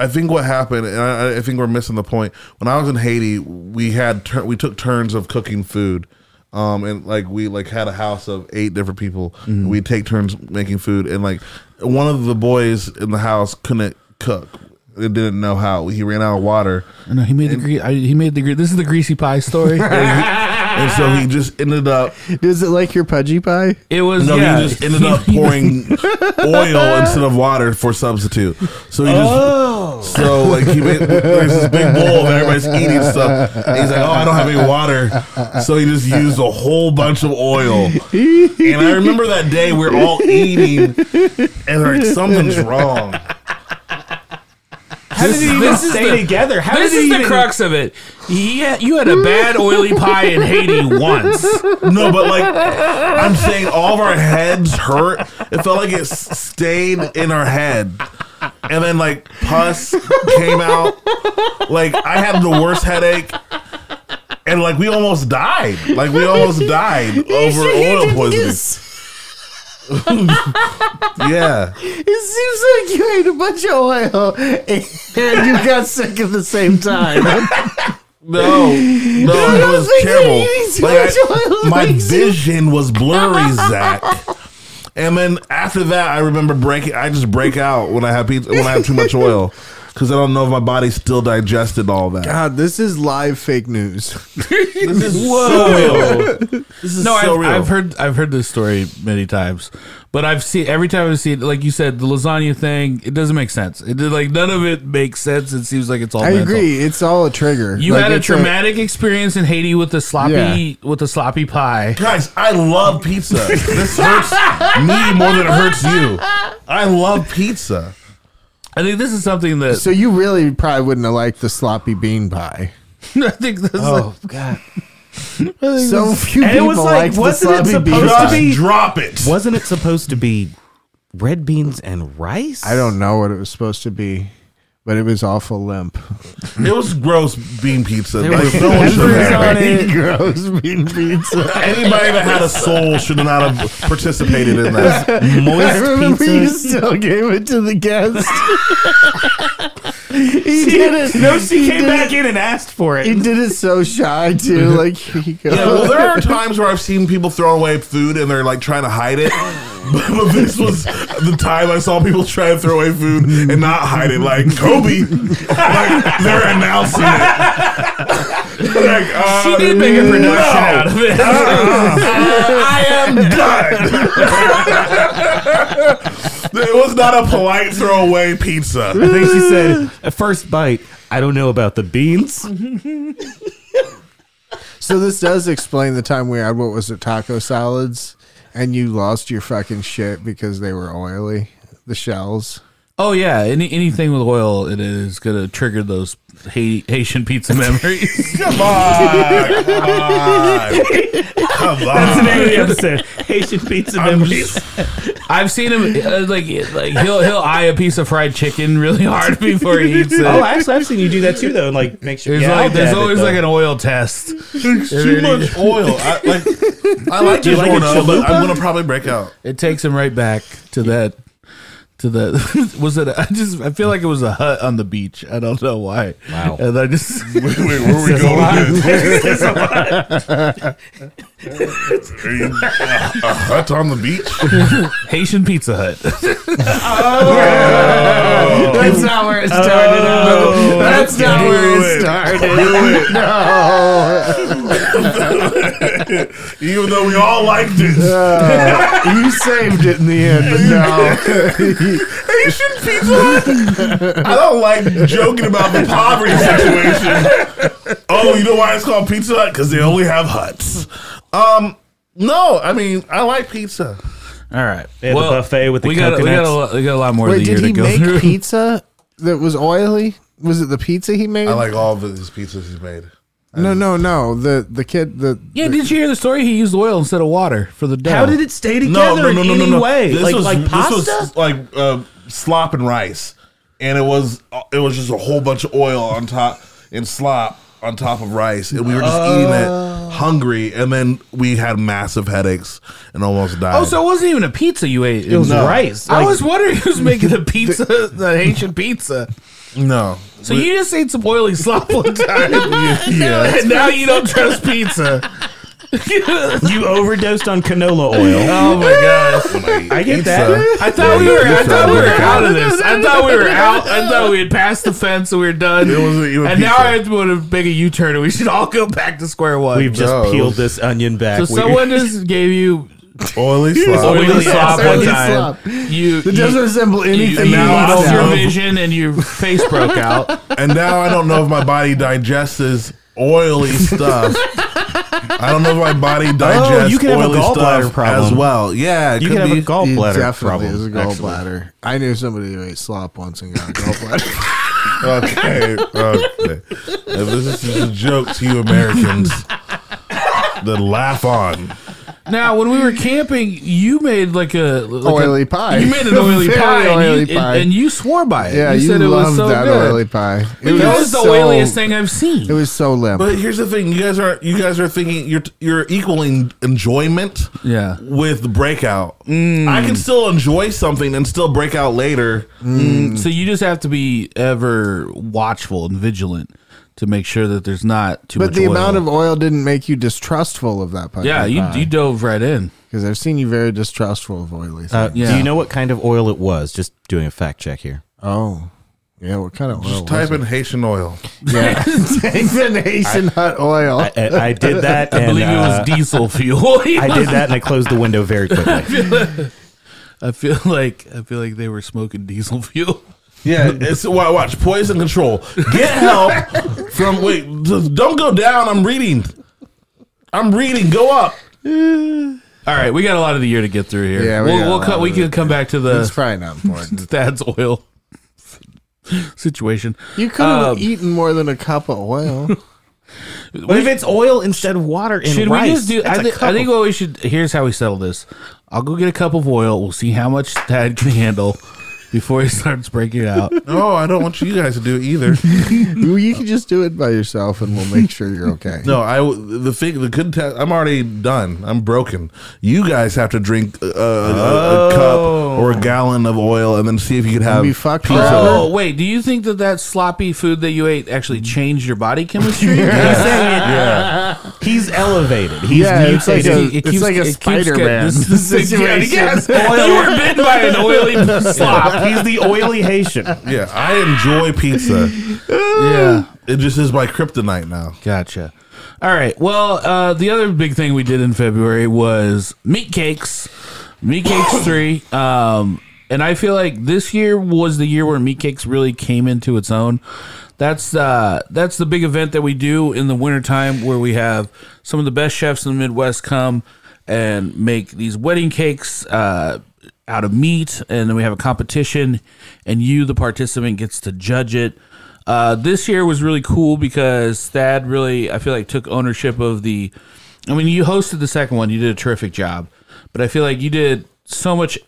Speaker 3: I think what happened, and I, I think we're missing the point. When I was in Haiti, we had tur- we took turns of cooking food, um, and like we like had a house of eight different people. and We'd take turns making food, and like one of the boys in the house couldn't cook. It didn't know how. He ran out of water,
Speaker 2: No, he made the gre- I, he made the gre- this is the greasy pie story.
Speaker 3: and so he just ended up
Speaker 4: Is it like your pudgy pie?
Speaker 2: it was
Speaker 3: No,
Speaker 2: yeah,
Speaker 3: he just ended up pouring oil instead of water for substitute. So he just
Speaker 5: Oh.
Speaker 3: so like he made, there's this big bowl of everybody's eating stuff. And he's like, oh, I don't have any water, so he just used a whole bunch of oil. And I remember that day we are all eating, and like something's wrong.
Speaker 5: How
Speaker 2: This-
Speaker 5: did it even
Speaker 2: this is
Speaker 5: stay
Speaker 2: the-
Speaker 5: together? How
Speaker 2: This
Speaker 5: did it
Speaker 2: is the
Speaker 5: even-
Speaker 2: crux of it. Yeah, you had a bad oily pie in Haiti once.
Speaker 3: No, but like I'm saying, all of our heads hurt. It felt like it s- stayed in our head, and then like pus came out. Like I had the worst headache, and like we almost died. Like we almost died over oil poisoning. Yeah,
Speaker 4: It seems like you ate a bunch of oil and you got sick at the same time.
Speaker 3: no, no, it was
Speaker 4: think that
Speaker 3: terrible.
Speaker 4: eating too
Speaker 3: Like,
Speaker 4: much
Speaker 3: I-
Speaker 4: oil
Speaker 3: my
Speaker 4: makes you-
Speaker 3: vision was blurry, Zach. And then after that, I remember breaking. I just break out when I have pizza, when I have too much oil because I don't know if my body still digested all that.
Speaker 4: God, this is live fake news.
Speaker 3: This is so real. This is
Speaker 2: No,
Speaker 3: so
Speaker 2: I've,
Speaker 3: real.
Speaker 2: I've heard I've heard this story many times, but I've seen every time I see it, like you said, the lasagna thing. It doesn't make sense. It did, like none of it makes sense. It seems like it's all.
Speaker 4: I
Speaker 2: mental.
Speaker 4: agree. It's all a trigger.
Speaker 2: You
Speaker 4: Like,
Speaker 2: had a
Speaker 4: it's
Speaker 2: traumatic experience in Haiti with the sloppy with the sloppy pie.
Speaker 3: Guys, I love pizza. This hurts me more than it hurts you. I love pizza.
Speaker 2: I think this is something that
Speaker 4: So you really probably wouldn't have liked the sloppy bean pie.
Speaker 2: I think this
Speaker 5: Oh god!
Speaker 4: So few
Speaker 5: And it
Speaker 4: people
Speaker 5: was like,
Speaker 4: liked the
Speaker 5: wasn't it
Speaker 4: sloppy bean
Speaker 5: supposed to
Speaker 4: pie.
Speaker 5: be-
Speaker 3: Just drop it.
Speaker 5: Wasn't it supposed to be red beans and rice?
Speaker 4: I don't know what it was supposed to be, but it was awful limp.
Speaker 3: It was gross bean pizza.
Speaker 5: There
Speaker 3: Like,
Speaker 5: were
Speaker 3: no one should
Speaker 5: peppers
Speaker 3: have had
Speaker 5: on
Speaker 3: it.
Speaker 5: it.
Speaker 4: Gross bean pizza.
Speaker 3: Anybody that had a soul should not have participated in that.
Speaker 4: I remember
Speaker 5: pizza.
Speaker 4: you still gave it to the guest. he did it.
Speaker 5: No, she
Speaker 4: He
Speaker 5: came
Speaker 4: did
Speaker 5: back
Speaker 4: it-
Speaker 5: in and asked for
Speaker 4: He
Speaker 5: it.
Speaker 4: did it so shy too. Like here you go.
Speaker 3: Yeah, well, there are times where I've seen people throw away food and they're like trying to hide it. But, but this was the time I saw people try to throw away food and not hide it. Like Kobe, like they're announcing it. like, uh,
Speaker 2: she did make a production
Speaker 3: no.
Speaker 2: out of it.
Speaker 3: I am done. it was not a polite throwaway
Speaker 5: I
Speaker 3: pizza.
Speaker 5: think she said at first bite. I don't know about the beans.
Speaker 4: So this does explain the time we had what was it taco salads, and you lost your fucking shit because they were oily. The shells.
Speaker 2: Oh yeah, any anything with oil in it is gonna trigger those Ha- Haitian pizza memories.
Speaker 3: Come on, come on, come
Speaker 5: That's the
Speaker 3: on.
Speaker 5: name of the episode. Haitian pizza
Speaker 3: I'm
Speaker 5: memories.
Speaker 3: just-
Speaker 2: I've seen him uh, like like he'll he'll eye a piece of fried chicken really hard before he eats it.
Speaker 5: Oh, actually, I've seen you do that too, though. And like, make sure.
Speaker 2: There's,
Speaker 5: Yeah,
Speaker 2: like,
Speaker 5: I'll
Speaker 2: there's
Speaker 5: dab it,
Speaker 2: always
Speaker 5: though.
Speaker 2: like an oil test.
Speaker 3: too much oil. I like, I like
Speaker 5: Do you like a
Speaker 3: DiGiorno, but
Speaker 5: chalupa?
Speaker 3: I'm gonna probably break out.
Speaker 2: It takes him right back to that. To the was it? I just I feel like it was a hut on the beach. I don't know why.
Speaker 5: Wow.
Speaker 2: And I just
Speaker 3: Wait, where are we
Speaker 5: Says a lot.
Speaker 3: going with this?
Speaker 5: Says a lot.
Speaker 3: Are you- a hut on the beach?
Speaker 2: Haitian Pizza Hut.
Speaker 4: That's not where it
Speaker 2: Oh,
Speaker 4: started. out. That's not where
Speaker 3: Do
Speaker 4: it
Speaker 3: it.
Speaker 4: started.
Speaker 3: Even though we all liked it.
Speaker 4: Uh, You saved it in the end. No.
Speaker 3: Asian Pizza Hut? I don't like joking about the poverty situation. Oh, you know why it's called Pizza Hut? Because they only have huts. Um, no, I mean I like pizza.
Speaker 2: All right.
Speaker 5: They had the buffet with the
Speaker 2: we got, we, got a,
Speaker 5: coconuts.
Speaker 2: lot- we got a lot more of
Speaker 4: Wait,
Speaker 2: the year
Speaker 4: did
Speaker 2: to
Speaker 4: he
Speaker 2: go
Speaker 4: make
Speaker 2: through.
Speaker 4: pizza that was oily? Was it the pizza he made?
Speaker 3: I like all of his pizzas he's made.
Speaker 4: no, no, no. The the kid the
Speaker 2: Yeah, did you hear the story? He used oil instead of water for the dough.
Speaker 5: How did it stay together in any way?
Speaker 3: This
Speaker 5: like
Speaker 3: was
Speaker 5: like
Speaker 3: this
Speaker 5: pasta?
Speaker 3: was like uh, slop and rice, and it was uh, it was just a whole bunch of oil on top and slop on top of rice, and we were just eating
Speaker 2: Oh.
Speaker 3: it hungry, and then we had massive headaches and almost died.
Speaker 2: Oh, so it wasn't even a pizza you ate. It
Speaker 5: was
Speaker 2: was-
Speaker 5: rice.
Speaker 2: I
Speaker 5: Like,
Speaker 2: was wondering who's making the pizza, the Haitian pizza.
Speaker 3: no,
Speaker 2: So you just ate some oily slop one time,
Speaker 3: yeah,
Speaker 2: and now you don't trust pizza.
Speaker 5: you overdosed on canola oil.
Speaker 2: Oh my gosh!
Speaker 5: I get that.
Speaker 2: I thought we were, I thought we were
Speaker 3: Pizza.
Speaker 2: out of this. I thought we were out. I thought we had passed the fence and we were done.
Speaker 3: It wasn't even
Speaker 2: and now
Speaker 3: pizza.
Speaker 2: I have to go to make a U turn, and we should all go back to square one.
Speaker 5: We've just
Speaker 3: No.
Speaker 5: peeled this onion back.
Speaker 2: so
Speaker 5: We-
Speaker 2: someone just gave you
Speaker 3: oily slop.
Speaker 2: oily
Speaker 5: Oily
Speaker 2: Oh, slop
Speaker 5: slop.
Speaker 2: one
Speaker 4: Oily
Speaker 2: time.
Speaker 4: slop.
Speaker 2: You
Speaker 4: It doesn't resemble
Speaker 2: you,
Speaker 4: anything.
Speaker 2: you
Speaker 4: you
Speaker 3: now
Speaker 4: eat
Speaker 3: all
Speaker 2: lost
Speaker 4: now.
Speaker 2: your
Speaker 3: know.
Speaker 2: vision and your face broke out.
Speaker 3: and now I don't know if my body digests this oily stuff. I don't know if my body digests
Speaker 5: Oh, you can have a
Speaker 3: oily
Speaker 5: gallbladder
Speaker 3: stuff
Speaker 5: problem.
Speaker 3: as well. Yeah, it
Speaker 5: you
Speaker 3: could
Speaker 5: can have
Speaker 3: be.
Speaker 5: a gallbladder
Speaker 4: It definitely
Speaker 5: problem.
Speaker 4: is a
Speaker 5: actually.
Speaker 4: gallbladder. I knew somebody who ate slop once and got a gallbladder.
Speaker 3: okay, okay. If this is just a joke to you Americans, then laugh on.
Speaker 2: Now, when we were camping, you made like a like a-
Speaker 4: Oily pie.
Speaker 2: You made an oily,
Speaker 4: Very
Speaker 2: pie,
Speaker 4: oily
Speaker 2: and you, and-
Speaker 4: pie.
Speaker 2: And, you swore by it.
Speaker 4: yeah, you,
Speaker 2: said it
Speaker 4: loved
Speaker 2: was so
Speaker 4: that
Speaker 2: good.
Speaker 4: oily pie. It
Speaker 2: that was the
Speaker 4: so-
Speaker 2: oiliest thing I've seen.
Speaker 4: It was so limp.
Speaker 3: But here's the thing: you guys are you guys are thinking you're you're equaling enjoyment,
Speaker 2: Yeah.
Speaker 3: with breakout.
Speaker 5: Mm.
Speaker 3: I can still enjoy something and still break out later.
Speaker 4: Mm.
Speaker 2: so you just have to be ever watchful and vigilant to make sure that there's not too
Speaker 4: but
Speaker 2: much.
Speaker 4: the
Speaker 2: oil.
Speaker 4: amount of oil didn't make you distrustful of that pie.
Speaker 2: yeah, you, you dove right in.
Speaker 4: because I've seen you very distrustful of oily. things.
Speaker 5: Uh,
Speaker 2: Yeah.
Speaker 5: Do you know what kind of oil it was? Just doing a fact check here.
Speaker 4: oh, yeah. What kind of oil?
Speaker 3: Just
Speaker 4: was
Speaker 3: type
Speaker 4: it?
Speaker 3: in Haitian oil.
Speaker 4: Yeah, type in Haitian hut oil.
Speaker 5: I, I, I did that.
Speaker 2: I
Speaker 5: and,
Speaker 2: believe it
Speaker 5: uh,
Speaker 2: was diesel fuel.
Speaker 5: I did that and I closed the window very quickly.
Speaker 2: I feel like I feel like they were smoking diesel fuel.
Speaker 3: Yeah, it's wa- watch poison control. Get help from wait. just Don't go down. I'm reading. I'm reading. Go up.
Speaker 2: All right, we got a lot of the year to get through here.
Speaker 4: Yeah, we
Speaker 2: we will
Speaker 4: got a
Speaker 2: we'll
Speaker 4: lot
Speaker 2: cut,
Speaker 4: of
Speaker 2: we
Speaker 4: it.
Speaker 2: can come back to
Speaker 4: it's
Speaker 2: the
Speaker 4: probably not important.
Speaker 2: Thad's oil situation.
Speaker 4: You could have
Speaker 2: Um,
Speaker 4: eaten more than a cup of oil.
Speaker 5: But if it's oil instead of water and
Speaker 2: Should
Speaker 5: rice,
Speaker 2: we just do? I, thi- I think what we should. Here's how we settle this. I'll go get a cup of oil. We'll see how much Thad can handle before he starts breaking out.
Speaker 3: No, I don't want you guys to do it either.
Speaker 4: you you can just do it by yourself, and we'll make sure you're okay.
Speaker 3: No, I w- the thing the good. Te- I'm already done. I'm broken. You guys have to drink a, a, a, a cup or a gallon of oil and then see if you could have
Speaker 4: be fucked
Speaker 3: pizza.
Speaker 4: forever?
Speaker 2: Oh wait, do you think that that sloppy food that you ate actually changed your body chemistry?
Speaker 5: he's elevated. He's
Speaker 4: Yeah, it's like
Speaker 5: mutated.
Speaker 4: a- like a Spider-Man
Speaker 2: This is the situation. Yes,
Speaker 4: situation.
Speaker 2: you were bitten by an oily slop.
Speaker 5: He's the oily Haitian.
Speaker 3: Yeah, I enjoy pizza.
Speaker 2: Yeah.
Speaker 3: It just is my kryptonite now.
Speaker 2: Gotcha. All right. Well, uh, the other big thing we did in February was meat cakes, meat cakes three. Um, and I feel like this year was the year where meat cakes really came into its own. That's uh, that's the big event that we do in the wintertime where we have some of the best chefs in the Midwest come and make these wedding cakes. Uh, out of meat, and then we have a competition, and you, the participant, gets to judge it. Uh, this year was really cool because Thad really, I feel like, took ownership of the. I mean, you hosted the second one, you did a terrific job, but I feel like you did so much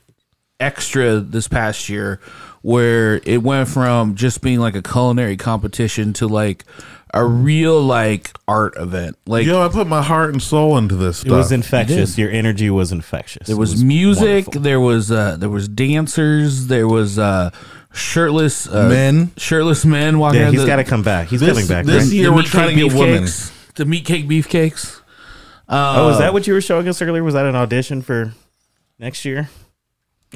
Speaker 2: extra this past year where it went from just being like a culinary competition to like a real like art event. Like,
Speaker 3: Yo, I put my heart and soul into this
Speaker 5: It
Speaker 3: stuff.
Speaker 5: was infectious. Your energy was infectious.
Speaker 2: There was, music.
Speaker 5: wonderful.
Speaker 2: There was uh, there was dancers. There was uh, shirtless uh,
Speaker 3: Men.
Speaker 2: Shirtless men walking.
Speaker 5: Yeah,
Speaker 2: out
Speaker 5: he's
Speaker 2: the-
Speaker 5: got to come back. He's
Speaker 3: This-
Speaker 5: coming back.
Speaker 3: this
Speaker 5: right?
Speaker 3: year
Speaker 2: the
Speaker 3: we're
Speaker 2: meat
Speaker 3: trying to
Speaker 2: cake
Speaker 3: get women.
Speaker 2: beefcakes. The meat cake beefcakes. uh,
Speaker 5: oh, is that what you were showing us earlier? Was that an audition for next year?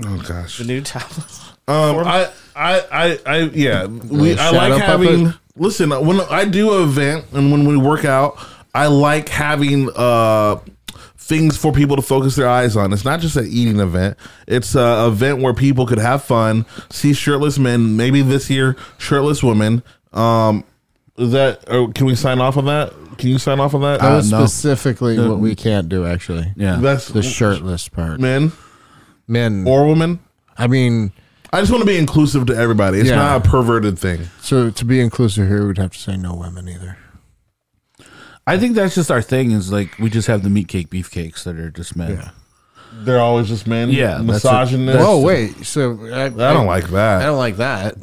Speaker 3: oh gosh.
Speaker 5: The new tablets.
Speaker 3: Um, I, I, I, I, yeah. We, I
Speaker 4: shadow
Speaker 3: like having.
Speaker 4: puppet?
Speaker 3: Listen, uh, when I do an event and when we work out, I like having uh things for people to focus their eyes on. It's not just an eating event; it's an event where people could have fun, see shirtless men. Maybe this year, shirtless women. Um, is that? Or can we sign off on that? Can you sign off on that?
Speaker 4: Uh, That was specifically what we can't do. Actually,
Speaker 2: Yeah.
Speaker 3: That's
Speaker 4: the shirtless part.
Speaker 3: men.
Speaker 4: men.
Speaker 3: or women.
Speaker 4: I mean,
Speaker 3: I just want to be inclusive to everybody. It's
Speaker 4: Yeah.
Speaker 3: not a perverted thing.
Speaker 4: so to be inclusive here, we'd have to say no women either.
Speaker 2: I think that's just our thing. Is like we just have the meat cake, beef cakes that are just men.
Speaker 4: Yeah.
Speaker 3: They're always just men.
Speaker 2: Yeah, that's a-
Speaker 3: misogynist.
Speaker 4: Oh wait, so I,
Speaker 3: I don't like
Speaker 4: I
Speaker 3: that.
Speaker 4: don't like that.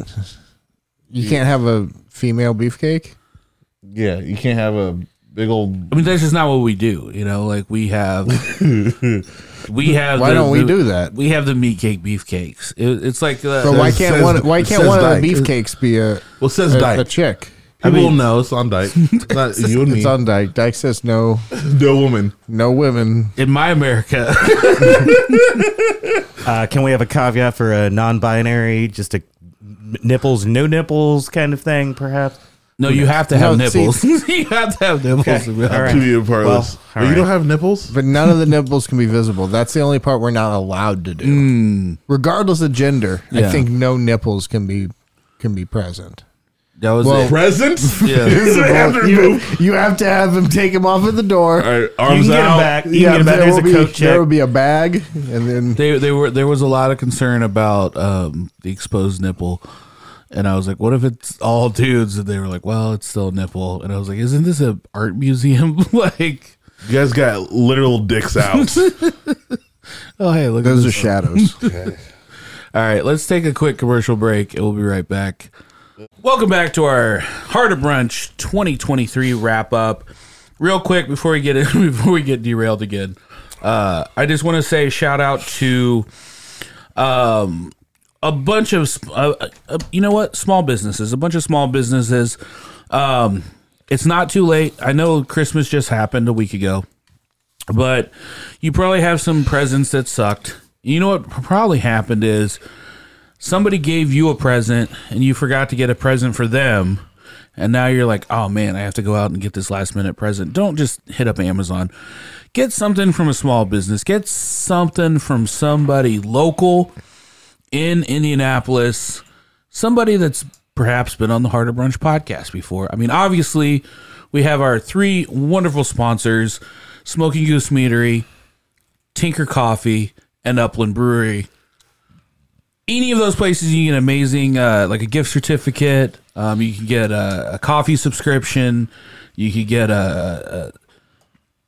Speaker 4: You can't have a female beefcake.
Speaker 3: Yeah, you can't have a big old.
Speaker 2: I mean, that's just not what we do. You know, like we have, we have.
Speaker 4: Why
Speaker 2: the-
Speaker 4: don't we
Speaker 2: the-
Speaker 4: do that?
Speaker 2: We have the meat cake, beef cakes. It, it's like uh, the,
Speaker 4: But why
Speaker 3: it
Speaker 4: can't
Speaker 3: says-
Speaker 4: one? Why
Speaker 3: it
Speaker 4: can't
Speaker 3: says
Speaker 4: one of
Speaker 3: dyke.
Speaker 4: the beefcakes be a
Speaker 3: Well, it says
Speaker 4: a, a
Speaker 3: Dyke.
Speaker 4: chick?
Speaker 3: People
Speaker 2: mean-
Speaker 3: know it's on Dyke. It's not you and me.
Speaker 4: It's on Dyke. Dyke says no,
Speaker 3: no woman.
Speaker 4: no women.
Speaker 2: in my America.
Speaker 5: Uh, can we have a caveat for a non-binary, just a n- nipples, no nipples kind of thing, perhaps?
Speaker 2: no, you have to have
Speaker 4: No, see-
Speaker 2: nipples. you have to have nipples.
Speaker 5: Okay,
Speaker 2: to be-
Speaker 5: all right.
Speaker 3: To be a part
Speaker 5: Well,
Speaker 3: of this.
Speaker 5: all
Speaker 3: But You don't
Speaker 5: right.
Speaker 3: have nipples.
Speaker 4: But none of the nipples can be visible. That's the only part we're not allowed to do,
Speaker 3: Hmm.
Speaker 4: regardless of gender.
Speaker 2: Yeah.
Speaker 4: I think no nipples can be can be present.
Speaker 2: That was
Speaker 4: Well-
Speaker 2: it.
Speaker 3: Present.
Speaker 2: Yeah.
Speaker 4: you, you have to have them take them off at the door.
Speaker 3: All right,
Speaker 5: You can
Speaker 3: arms
Speaker 5: get him
Speaker 3: out.
Speaker 5: back. You can get him back.
Speaker 4: there
Speaker 5: There's
Speaker 4: will
Speaker 5: a
Speaker 4: be
Speaker 5: coat check.
Speaker 4: there will be a bag, and then
Speaker 2: They, they were there was a lot of concern about um, the exposed nipple, and I was like, "What if it's all dudes?" And they were like, "Well, it's still a nipple." And I was like, "Isn't this an art museum?" like,
Speaker 3: You guys got literal dicks out.
Speaker 2: oh hey, look, at
Speaker 4: those
Speaker 2: this.
Speaker 4: are shadows.
Speaker 2: All right, let's take a quick commercial break and we'll be right back. Welcome back to our Heart of Brunch 2023 wrap up. Real quick before we get in, before we get derailed again, uh, I just want to say shout out to um, a bunch of sp- uh, uh, you know what small businesses, a bunch of small businesses. Um, it's not too late. I know Christmas just happened a week ago but you probably have some presents that sucked. You know what probably happened is somebody gave you a present and you forgot to get a present for them. And now you're like, oh man, I have to go out and get this last minute present. Don't just hit up Amazon. Get something from a small business, get something from somebody local in Indianapolis, somebody that's perhaps been on the Heart of Brunch podcast before. I mean, obviously, we have our three wonderful sponsors Smoking Goose Meadery, Tinker Coffee, and Upland Brewery. Any of those places, you can get amazing, uh, like a gift certificate. Um, you can get a, a coffee subscription. You could get a, a,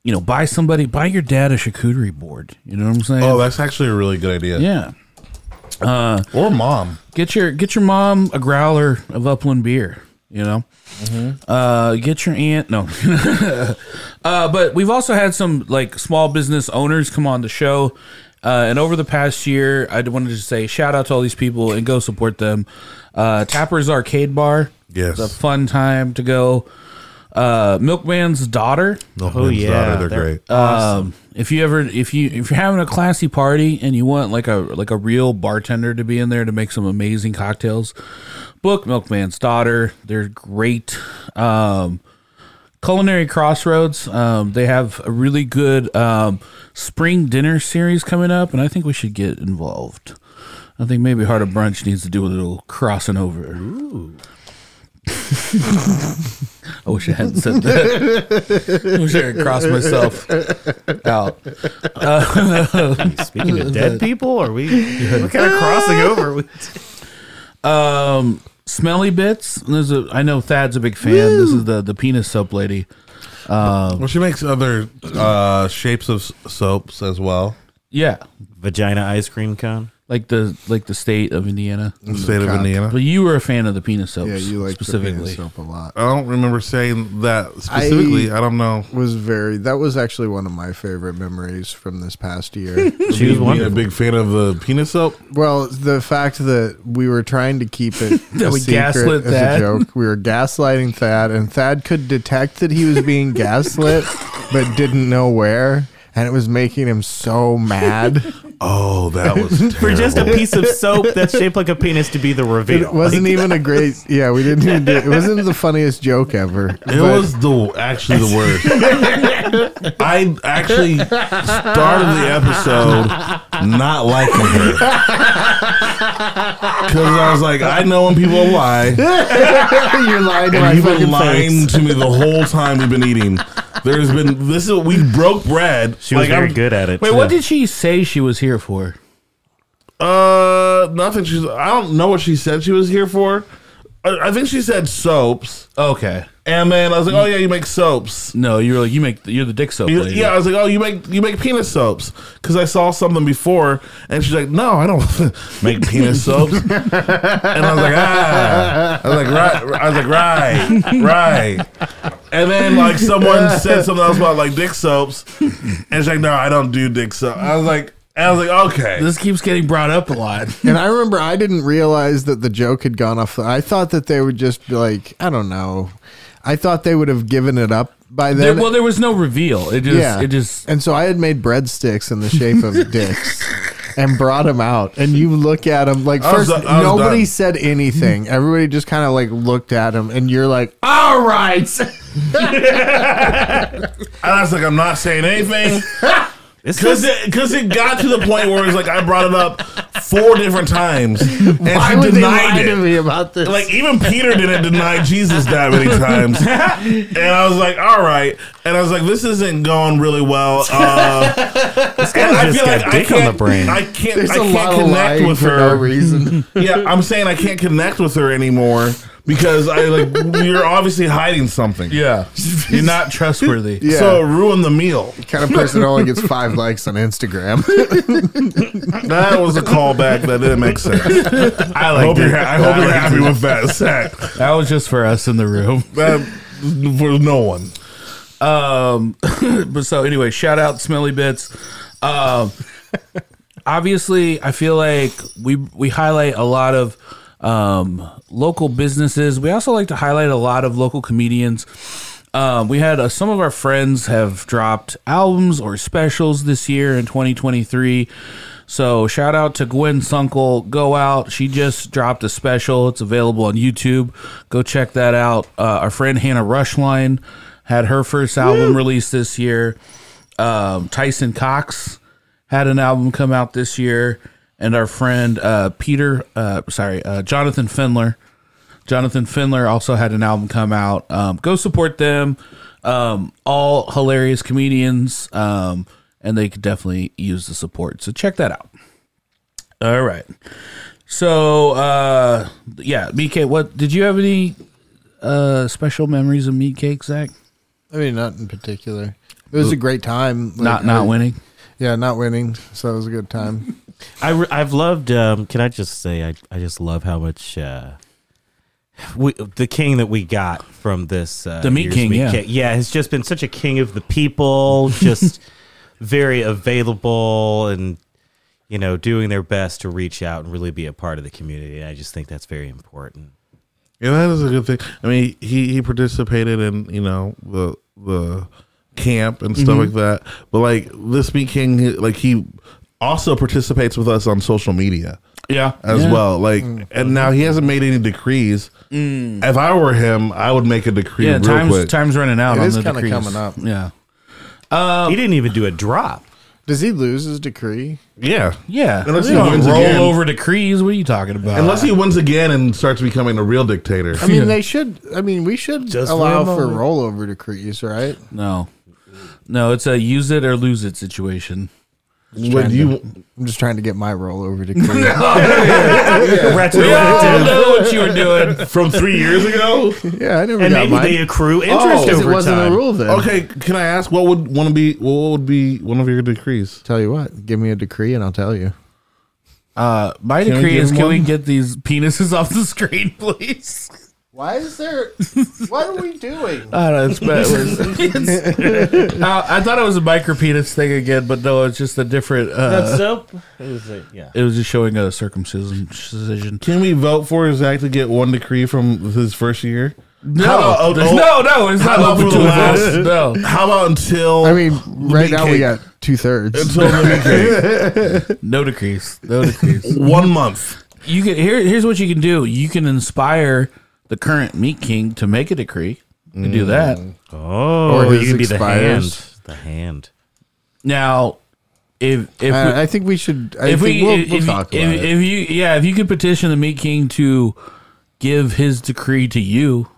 Speaker 2: you know, buy somebody, buy your dad a charcuterie board. You know what I'm saying?
Speaker 3: oh, that's actually a really good idea.
Speaker 2: yeah.
Speaker 3: Or mom.
Speaker 2: Get your get your mom a growler of Upland beer. You know, uh, get your aunt. No, uh, but we've also had some like small business owners come on the show, uh, and over the past year, I wanted to say shout out to all these people and go support them. Uh, Tapper's Arcade Bar,
Speaker 3: Yes.
Speaker 2: it's a fun time to go. Uh, Milkman's daughter,
Speaker 3: No,
Speaker 5: Oh,
Speaker 3: man's
Speaker 5: yeah,
Speaker 3: daughter, they're
Speaker 5: they're-
Speaker 3: great.
Speaker 2: um, if you ever if you if you're having a classy party and you want like a like a real bartender to be in there to make some amazing cocktails, book Milkman's Daughter. They're great. Um, Culinary Crossroads. Um, they have a really good um, spring dinner series coming up, and I think we should get involved. I think maybe Heart of Brunch needs to do a little crossing over. Ooh. I wish I hadn't said that. I wish I had crossed myself out.
Speaker 5: Speaking of dead people, are we? What kind of crossing over? Are we?
Speaker 2: Um, Smelly Bits. There's a. I know Thad's a big fan. This is the the penis soap lady.
Speaker 3: well, she makes other uh, shapes of s- soaps as well.
Speaker 2: Yeah,
Speaker 5: Vagina ice cream cone.
Speaker 2: like the like the state of Indiana.
Speaker 3: In the state of
Speaker 4: God.
Speaker 3: Indiana.
Speaker 2: But you were a fan of the penis soaps.
Speaker 4: yeah, you like
Speaker 2: specifically.
Speaker 4: specifically soap a lot.
Speaker 3: I don't remember saying that specifically. I, don't know.
Speaker 4: Was very that was actually one of my favorite memories from this past year.
Speaker 5: She
Speaker 3: Being
Speaker 5: was
Speaker 3: a
Speaker 5: wonderful.
Speaker 3: big fan of the penis soap.
Speaker 4: well, the fact that we were trying to keep it
Speaker 2: That
Speaker 4: a
Speaker 2: we
Speaker 4: secret
Speaker 2: gaslit
Speaker 4: as
Speaker 2: Thad.
Speaker 4: a joke, we were gaslighting Thad, and Thad could detect that he was being gaslit, but didn't know where, and it was making him so mad.
Speaker 3: Oh, that was
Speaker 5: For just a
Speaker 3: terrible.
Speaker 5: piece of soap that's shaped like a penis to be the reveal.
Speaker 4: It wasn't even a great. Yeah, we didn't even. Do, it wasn't the funniest joke ever.
Speaker 3: It was the actually the worst. I actually started the episode not liking her because I was like, I know when people lie,
Speaker 4: you're lying to
Speaker 3: and
Speaker 4: my
Speaker 3: you've been
Speaker 4: fucking
Speaker 3: lying
Speaker 4: face.
Speaker 3: to me the whole time we've been eating. There's been this is we broke bread.
Speaker 5: She was
Speaker 3: Like,
Speaker 5: very
Speaker 3: I'm-
Speaker 5: good at it.
Speaker 2: Wait,
Speaker 5: too.
Speaker 2: what did she say she was here for?
Speaker 3: Uh, nothing. She's. I don't know what she said she was here for. I, I think she said soaps,
Speaker 2: Okay.
Speaker 3: and then I was like, "Oh yeah, you make soaps."
Speaker 2: No, you were like you make you're the dick soap
Speaker 3: You-
Speaker 2: lady.
Speaker 3: yeah, I was like, "Oh, you make you make penis soaps?" Because I saw something before, and she's like, "No, I don't make penis soaps." and I was like, "Ah," I was like, "Right," I was like, "Right, right." And then like someone said something else about like dick soaps, and she's like, "No, I don't do dick soap." I was like, I was like, "Okay."
Speaker 2: This keeps getting brought up a lot.
Speaker 4: And I remember I didn't realize that the joke had gone off. The, I thought that they would just be like, I don't know. I thought they would have given it up by
Speaker 2: There,
Speaker 4: then.
Speaker 2: well, there was no reveal. It just
Speaker 4: yeah.
Speaker 2: it just
Speaker 4: and so I had made breadsticks in the shape of dicks and brought them out. And you look at them like
Speaker 3: I was
Speaker 4: first
Speaker 3: do- I was
Speaker 4: nobody
Speaker 3: done.
Speaker 4: said anything. Everybody just kind of like looked at him, and you're like, all right.
Speaker 3: And I was like, I'm not saying anything.
Speaker 5: This
Speaker 3: Cause
Speaker 5: is,
Speaker 3: it, cause it got to the point where it's like I brought it up four different times and
Speaker 4: Why
Speaker 3: she
Speaker 4: would they
Speaker 3: denied
Speaker 4: lie to
Speaker 3: it.
Speaker 4: me about this?
Speaker 3: Like even Peter didn't deny Jesus that many times, and I was like, "All right," and I was like, "This isn't going really well." Uh,
Speaker 5: this guy just got dick on
Speaker 3: can't,
Speaker 5: the brain.
Speaker 3: I can't,
Speaker 4: there's
Speaker 3: I
Speaker 4: a lot
Speaker 3: can't
Speaker 4: of
Speaker 3: connect
Speaker 4: lying
Speaker 3: with
Speaker 4: for
Speaker 3: her.
Speaker 4: no reason.
Speaker 3: Yeah, I'm saying I can't connect with her anymore because I like you're obviously hiding something.
Speaker 2: yeah. You're not trustworthy.
Speaker 4: Yeah.
Speaker 3: So it ruined the meal.
Speaker 4: kind of person that only gets five likes on Instagram.
Speaker 3: That was a callback that didn't make sense.
Speaker 2: I
Speaker 3: I hope
Speaker 2: it.
Speaker 3: you're, ha- I hope you're happy with that sack.
Speaker 2: That was just for us in the room.
Speaker 3: That, for no one.
Speaker 2: Um, but so anyway, shout out Smelly Bits. Um, obviously, I feel like we we highlight a lot of um, local businesses. We also like to highlight a lot of local comedians. Um, we had uh, some of our friends have dropped albums or specials this year in 2023. So shout out to Gwen Sunkel. Go out. She just dropped a special. It's available on YouTube. Go check that out. Uh, our friend Hannah Rushline had her first album released this year. Um, Tyson Cox had an album come out this year, and our friend uh, Peter, uh, sorry, uh, Jonathan Findler. Jonathan Findler also had an album come out. Um, go support them. Um, all hilarious comedians, um, and they could definitely use the support. So check that out. All right. So uh, yeah, meat cake. What did you have any uh, special memories of meat cake, Zach?
Speaker 4: I mean, not in particular. It was a great time. Like,
Speaker 2: not not
Speaker 4: I-
Speaker 2: winning.
Speaker 4: Yeah, not winning. So it was a good time.
Speaker 5: I re- I've loved. Um, can I just say I I just love how much uh, we the king that we got from this uh,
Speaker 2: The Meat
Speaker 5: year's
Speaker 2: King, yeah.
Speaker 5: yeah, has just been such a king of the people, just very available and you know doing their best to reach out and really be a part of the community. And I just think that's very important.
Speaker 3: Yeah, that is a good thing. I mean, he he participated in you know the the camp and stuff
Speaker 2: Mm-hmm.
Speaker 3: like that. But like this meat king, he- like he also participates with us on social media
Speaker 2: Yeah,
Speaker 3: as well. Like, and now he hasn't made any decrees. If I were him, I would make a decree
Speaker 2: Mm. Yeah,
Speaker 3: real
Speaker 2: time's
Speaker 3: quick.
Speaker 2: time's running out.
Speaker 4: It
Speaker 2: on
Speaker 4: is
Speaker 2: the
Speaker 4: kinda
Speaker 2: decrees.
Speaker 4: coming up.
Speaker 2: Yeah,
Speaker 5: he didn't even do a drop.
Speaker 4: Does he lose his decree?
Speaker 3: yeah,
Speaker 2: yeah.
Speaker 3: Unless
Speaker 2: We
Speaker 3: he
Speaker 2: don't
Speaker 3: wins
Speaker 2: roll
Speaker 3: again.
Speaker 2: over decrees. What are you talking about?
Speaker 3: Unless he wins again and starts becoming a real dictator.
Speaker 4: I mean, they should. I mean, we should
Speaker 5: Just for
Speaker 4: allow
Speaker 5: a
Speaker 4: for,
Speaker 5: moment.
Speaker 4: rollover decrees, right?
Speaker 2: no, no. It's a use it or lose it situation.
Speaker 3: Would you?
Speaker 4: I'm just trying to get my rollover decree.
Speaker 2: We all know what you were doing.
Speaker 3: From three years ago,
Speaker 4: Yeah, I never
Speaker 5: And
Speaker 4: got
Speaker 5: maybe
Speaker 4: mine.
Speaker 5: they
Speaker 3: Oh,
Speaker 5: accrue interest
Speaker 4: 'Cause
Speaker 5: over
Speaker 4: it wasn't
Speaker 5: time.
Speaker 4: a rule then.
Speaker 3: Okay, can I ask what would want to be what would be one of your decrees?
Speaker 4: Tell you what, give me a decree and I'll tell you.
Speaker 2: Uh, my
Speaker 3: we
Speaker 2: decree
Speaker 3: give
Speaker 2: is:
Speaker 3: him
Speaker 2: Can we
Speaker 3: one?
Speaker 2: get these penises off the screen, please?
Speaker 4: Why is there? what are we doing?
Speaker 2: I don't know, it's bad. It's- uh, I thought it was a micro penis thing again, but no, it's just a different. Uh,
Speaker 5: soap. It was like, yeah.
Speaker 2: it was just showing a circumcision. Decision.
Speaker 3: Can we vote for Zach to get one decree from his first year?
Speaker 2: No,
Speaker 3: How about-
Speaker 2: there's- no, no, it's not
Speaker 3: How about
Speaker 2: open
Speaker 3: for
Speaker 2: to
Speaker 3: the
Speaker 2: us.
Speaker 3: last-
Speaker 2: No,
Speaker 3: How about until
Speaker 4: I Oh, mean,
Speaker 3: the
Speaker 4: right
Speaker 3: meat
Speaker 4: now we
Speaker 3: cake?
Speaker 4: got two thirds.
Speaker 3: until the meat cake.
Speaker 2: no decrees, no decrees.
Speaker 3: one month?
Speaker 2: you can here here's what you can do you can inspire the current meat king to make a decree you can do that
Speaker 5: Oh,
Speaker 4: Or
Speaker 5: you
Speaker 4: his
Speaker 5: can be the hand.
Speaker 4: expires.
Speaker 5: The hand.
Speaker 2: now if if
Speaker 4: Uh,
Speaker 2: we,
Speaker 4: I think we should. I
Speaker 2: if
Speaker 4: think
Speaker 2: we
Speaker 4: we'll,
Speaker 2: if,
Speaker 4: we'll
Speaker 2: if-
Speaker 4: talk about
Speaker 2: if-
Speaker 4: it.
Speaker 2: if you yeah if you could petition the meat king to give his decree to you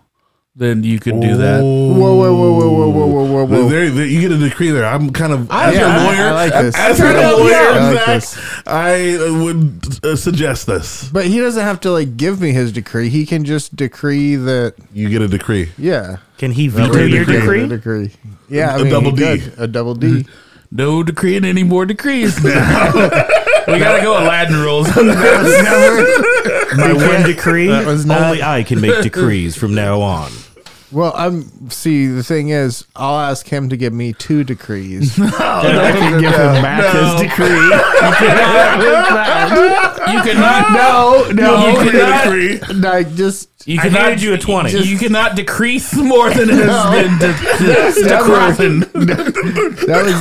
Speaker 2: then you can do
Speaker 5: Oh.
Speaker 2: that.
Speaker 4: Whoa, whoa, whoa, whoa, whoa, whoa, whoa, whoa, whoa.
Speaker 3: There, there, you get a decree there. I'm kind of
Speaker 2: I-
Speaker 3: as
Speaker 2: yeah,
Speaker 3: a
Speaker 2: I-
Speaker 3: lawyer.
Speaker 4: I like this.
Speaker 3: As
Speaker 2: Turn it
Speaker 3: a
Speaker 2: up,
Speaker 3: lawyer,
Speaker 2: yeah.
Speaker 4: I like
Speaker 3: Zach,
Speaker 4: this.
Speaker 3: I would uh, suggest this.
Speaker 4: But he doesn't have to like give me his decree. He can just decree that.
Speaker 3: You get a decree.
Speaker 4: Yeah.
Speaker 5: Can he veto
Speaker 3: Rubber
Speaker 5: your
Speaker 3: decree.
Speaker 5: decree?
Speaker 4: A decree. Yeah, I
Speaker 3: A
Speaker 4: mean,
Speaker 3: double
Speaker 4: he
Speaker 3: D.
Speaker 4: could. A double D.
Speaker 2: No decreeing any more decrees. we gotta go Aladdin rules.
Speaker 5: My one decree.
Speaker 4: That was not-
Speaker 5: Only I can make decrees from now on.
Speaker 4: Well, I'm see. The thing is, I'll ask him to give me two decrees.
Speaker 5: I can give him back
Speaker 2: No.
Speaker 5: his decree.
Speaker 2: you cannot.
Speaker 4: no, no,
Speaker 2: you cannot.
Speaker 4: like just
Speaker 2: You
Speaker 5: I
Speaker 2: cannot
Speaker 5: handed you a 20.
Speaker 2: You cannot decrease more than has been de- de- decreasing.
Speaker 4: that was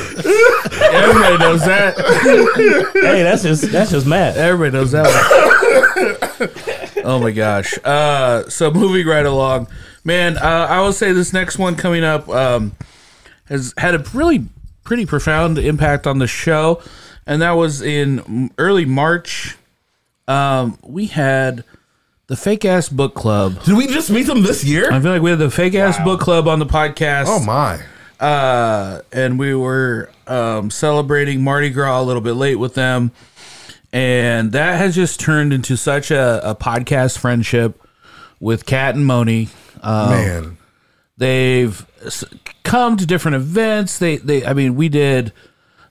Speaker 2: Everybody knows that.
Speaker 5: hey, that's just that's just mad.
Speaker 2: Everybody knows that. One. oh my gosh. Uh, so moving right along, man. Uh, I will say this next one coming up um, has had a really pretty profound impact on the show, and that was in early March. Um, we had the fake ass book club.
Speaker 3: Did we just meet them this year?
Speaker 2: I feel like we had the fake ass book club on the podcast.
Speaker 3: oh my!
Speaker 2: uh, and we were um, celebrating Mardi Gras a little bit late with them, and that has just turned into such a, a podcast friendship with Kat and Moni. Um,
Speaker 3: Man,
Speaker 2: They've s- come to different events. They, they, I mean, we did.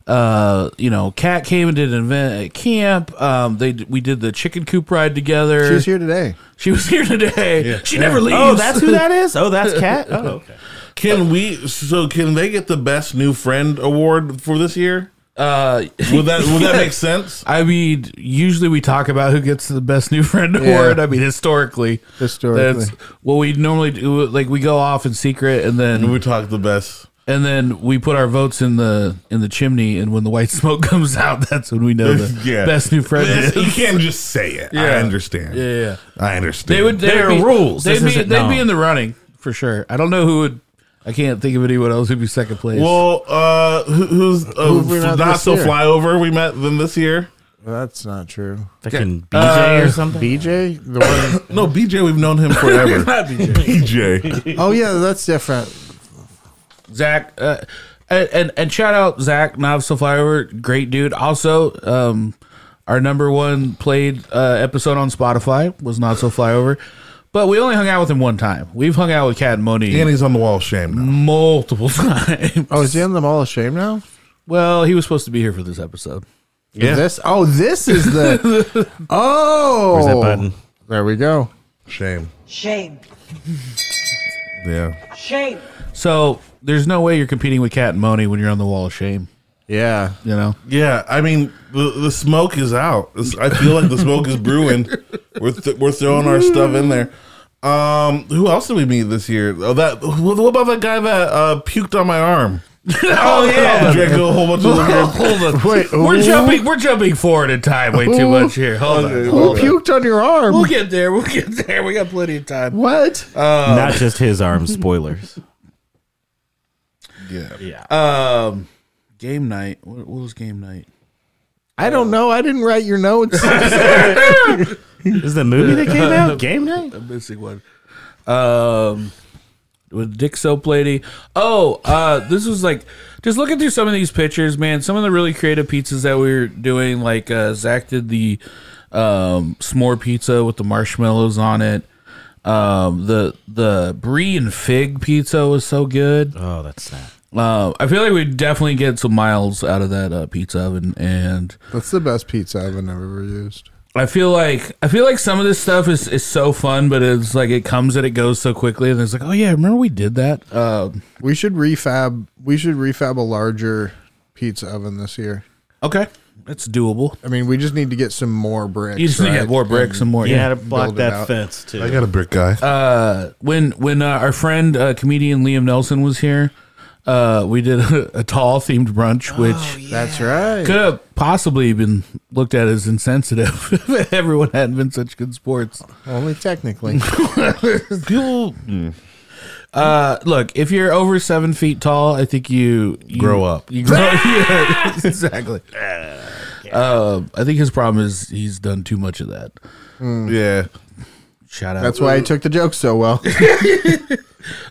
Speaker 2: Uh, you know, Kat came and did an event at camp. Um, they d- we did the chicken coop ride together.
Speaker 4: she's here today.
Speaker 2: She was here today. She never leaves.
Speaker 5: Oh, that's who that is. Oh, that's Cat. Oh, okay.
Speaker 3: can we? So can they get the best new friend award for this year?
Speaker 2: Uh,
Speaker 3: Would that would that make sense?
Speaker 2: I mean, usually we talk about who gets the best new friend
Speaker 4: Yeah.
Speaker 2: award. I mean, historically,
Speaker 4: Historically.
Speaker 2: that's what we normally do. Like we go off in secret, and
Speaker 5: Mm-hmm.
Speaker 2: then
Speaker 3: We talk the best.
Speaker 2: and then we put our votes in the in the chimney, and when the white smoke comes out, that's when we know the
Speaker 3: Yeah.
Speaker 2: best new friend. Is.
Speaker 3: You can't just say it. I
Speaker 2: Yeah.
Speaker 3: understand.
Speaker 2: Yeah, yeah.
Speaker 3: I understand.
Speaker 2: They would. They
Speaker 5: There
Speaker 2: would
Speaker 5: are
Speaker 2: be,
Speaker 5: rules.
Speaker 2: They'd
Speaker 5: This
Speaker 2: be.
Speaker 5: isn't
Speaker 2: They'd be
Speaker 5: known.
Speaker 2: in the running for sure. I don't know who would. I can't think of anyone else who'd be second place.
Speaker 3: Well, uh, who, who's uh,
Speaker 4: we met
Speaker 3: not
Speaker 4: this
Speaker 3: so
Speaker 4: year?
Speaker 3: flyover? We met them this year.
Speaker 4: Well, that's not true.
Speaker 5: Fucking
Speaker 4: Uh,
Speaker 5: BJ or something.
Speaker 4: BJ, the one
Speaker 3: No, BJ, we've known him forever.
Speaker 2: That'd be
Speaker 3: BJ,
Speaker 4: Oh yeah, that's different.
Speaker 2: Zach, uh, and, and and shout out Zach Knobs Flyover, great dude. Also, um, our number one played uh, episode on Spotify was Not So Flyover, but we only hung out with him one time. We've hung out with Cat and Moni
Speaker 3: Danny's on the wall of shame now.
Speaker 2: multiple times.
Speaker 4: Oh, is he on the Mall of Shame now?
Speaker 2: Well, he was supposed to be here for this episode.
Speaker 3: Yeah.
Speaker 4: This. Oh, this is the. Oh,
Speaker 5: Where's that button?
Speaker 4: There we go.
Speaker 3: Shame.
Speaker 6: Shame.
Speaker 3: Yeah.
Speaker 6: Shame.
Speaker 2: So there's no way you're competing with Cat and Moni when you're on the Wall of Shame.
Speaker 4: Yeah.
Speaker 2: You know,
Speaker 3: Yeah. I mean, the, the smoke is out. It's- I feel like the smoke is brewing. We're, th- we're throwing our stuff in there. Um, who else did we meet this year? Oh, that. What what about that guy that uh, puked on my arm? oh yeah, drank a whole bunch of liquor.
Speaker 2: hold on.
Speaker 4: Wait,
Speaker 2: we're
Speaker 4: who-
Speaker 2: jumping. We're jumping forward in time way too much here. Hold on.
Speaker 4: Who puked on your arm?
Speaker 2: We'll get there. We'll get there. We got plenty of time.
Speaker 4: What?
Speaker 5: Not just his arm. Spoilers.
Speaker 4: Uh,
Speaker 2: Um, game night. What, what was game night?
Speaker 4: I don't know. I didn't write your notes.
Speaker 5: Is the movie that came out game night?
Speaker 2: I'm missing one. Um, with Dick Soap Lady. Oh, uh, this was like just looking through some of these pictures, man. Some of the really creative pizzas that we were doing, like uh, Zach did the um, s'more pizza with the marshmallows on it. Um, the the brie and fig pizza was so good.
Speaker 5: Oh, that's not.
Speaker 2: Uh, I feel like we definitely get some miles out of that uh, pizza oven and.
Speaker 4: That's the best pizza I've ever used.
Speaker 2: I feel like I feel like some of this stuff is, is so fun, but it's like it comes and it goes so quickly, and it's like, oh yeah, remember we did that? Um,
Speaker 4: We should refab. We should refab a larger pizza oven this year.
Speaker 2: okay, that's doable.
Speaker 4: I mean, we just need to get some more bricks.
Speaker 2: You just need to
Speaker 4: right?
Speaker 2: get more bricks and more.
Speaker 5: You had to
Speaker 2: Yeah.
Speaker 5: block
Speaker 4: Build it
Speaker 5: that
Speaker 4: out.
Speaker 5: fence too.
Speaker 3: I got a brick guy.
Speaker 2: When when uh, our friend uh, comedian Liam Nelson was here, uh, we did a, a tall themed brunch, which
Speaker 4: That's right.
Speaker 2: could have possibly been looked at as insensitive if everyone hadn't been such good sports.
Speaker 4: Only technically.
Speaker 3: People
Speaker 2: Uh, look, if you're over seven feet tall, I think you, you
Speaker 3: Grow up.
Speaker 2: You grow, yeah, exactly. Uh, Um, I think his problem is he's done too much of that.
Speaker 3: Yeah.
Speaker 2: Shout out.
Speaker 4: That's why I took the joke so well.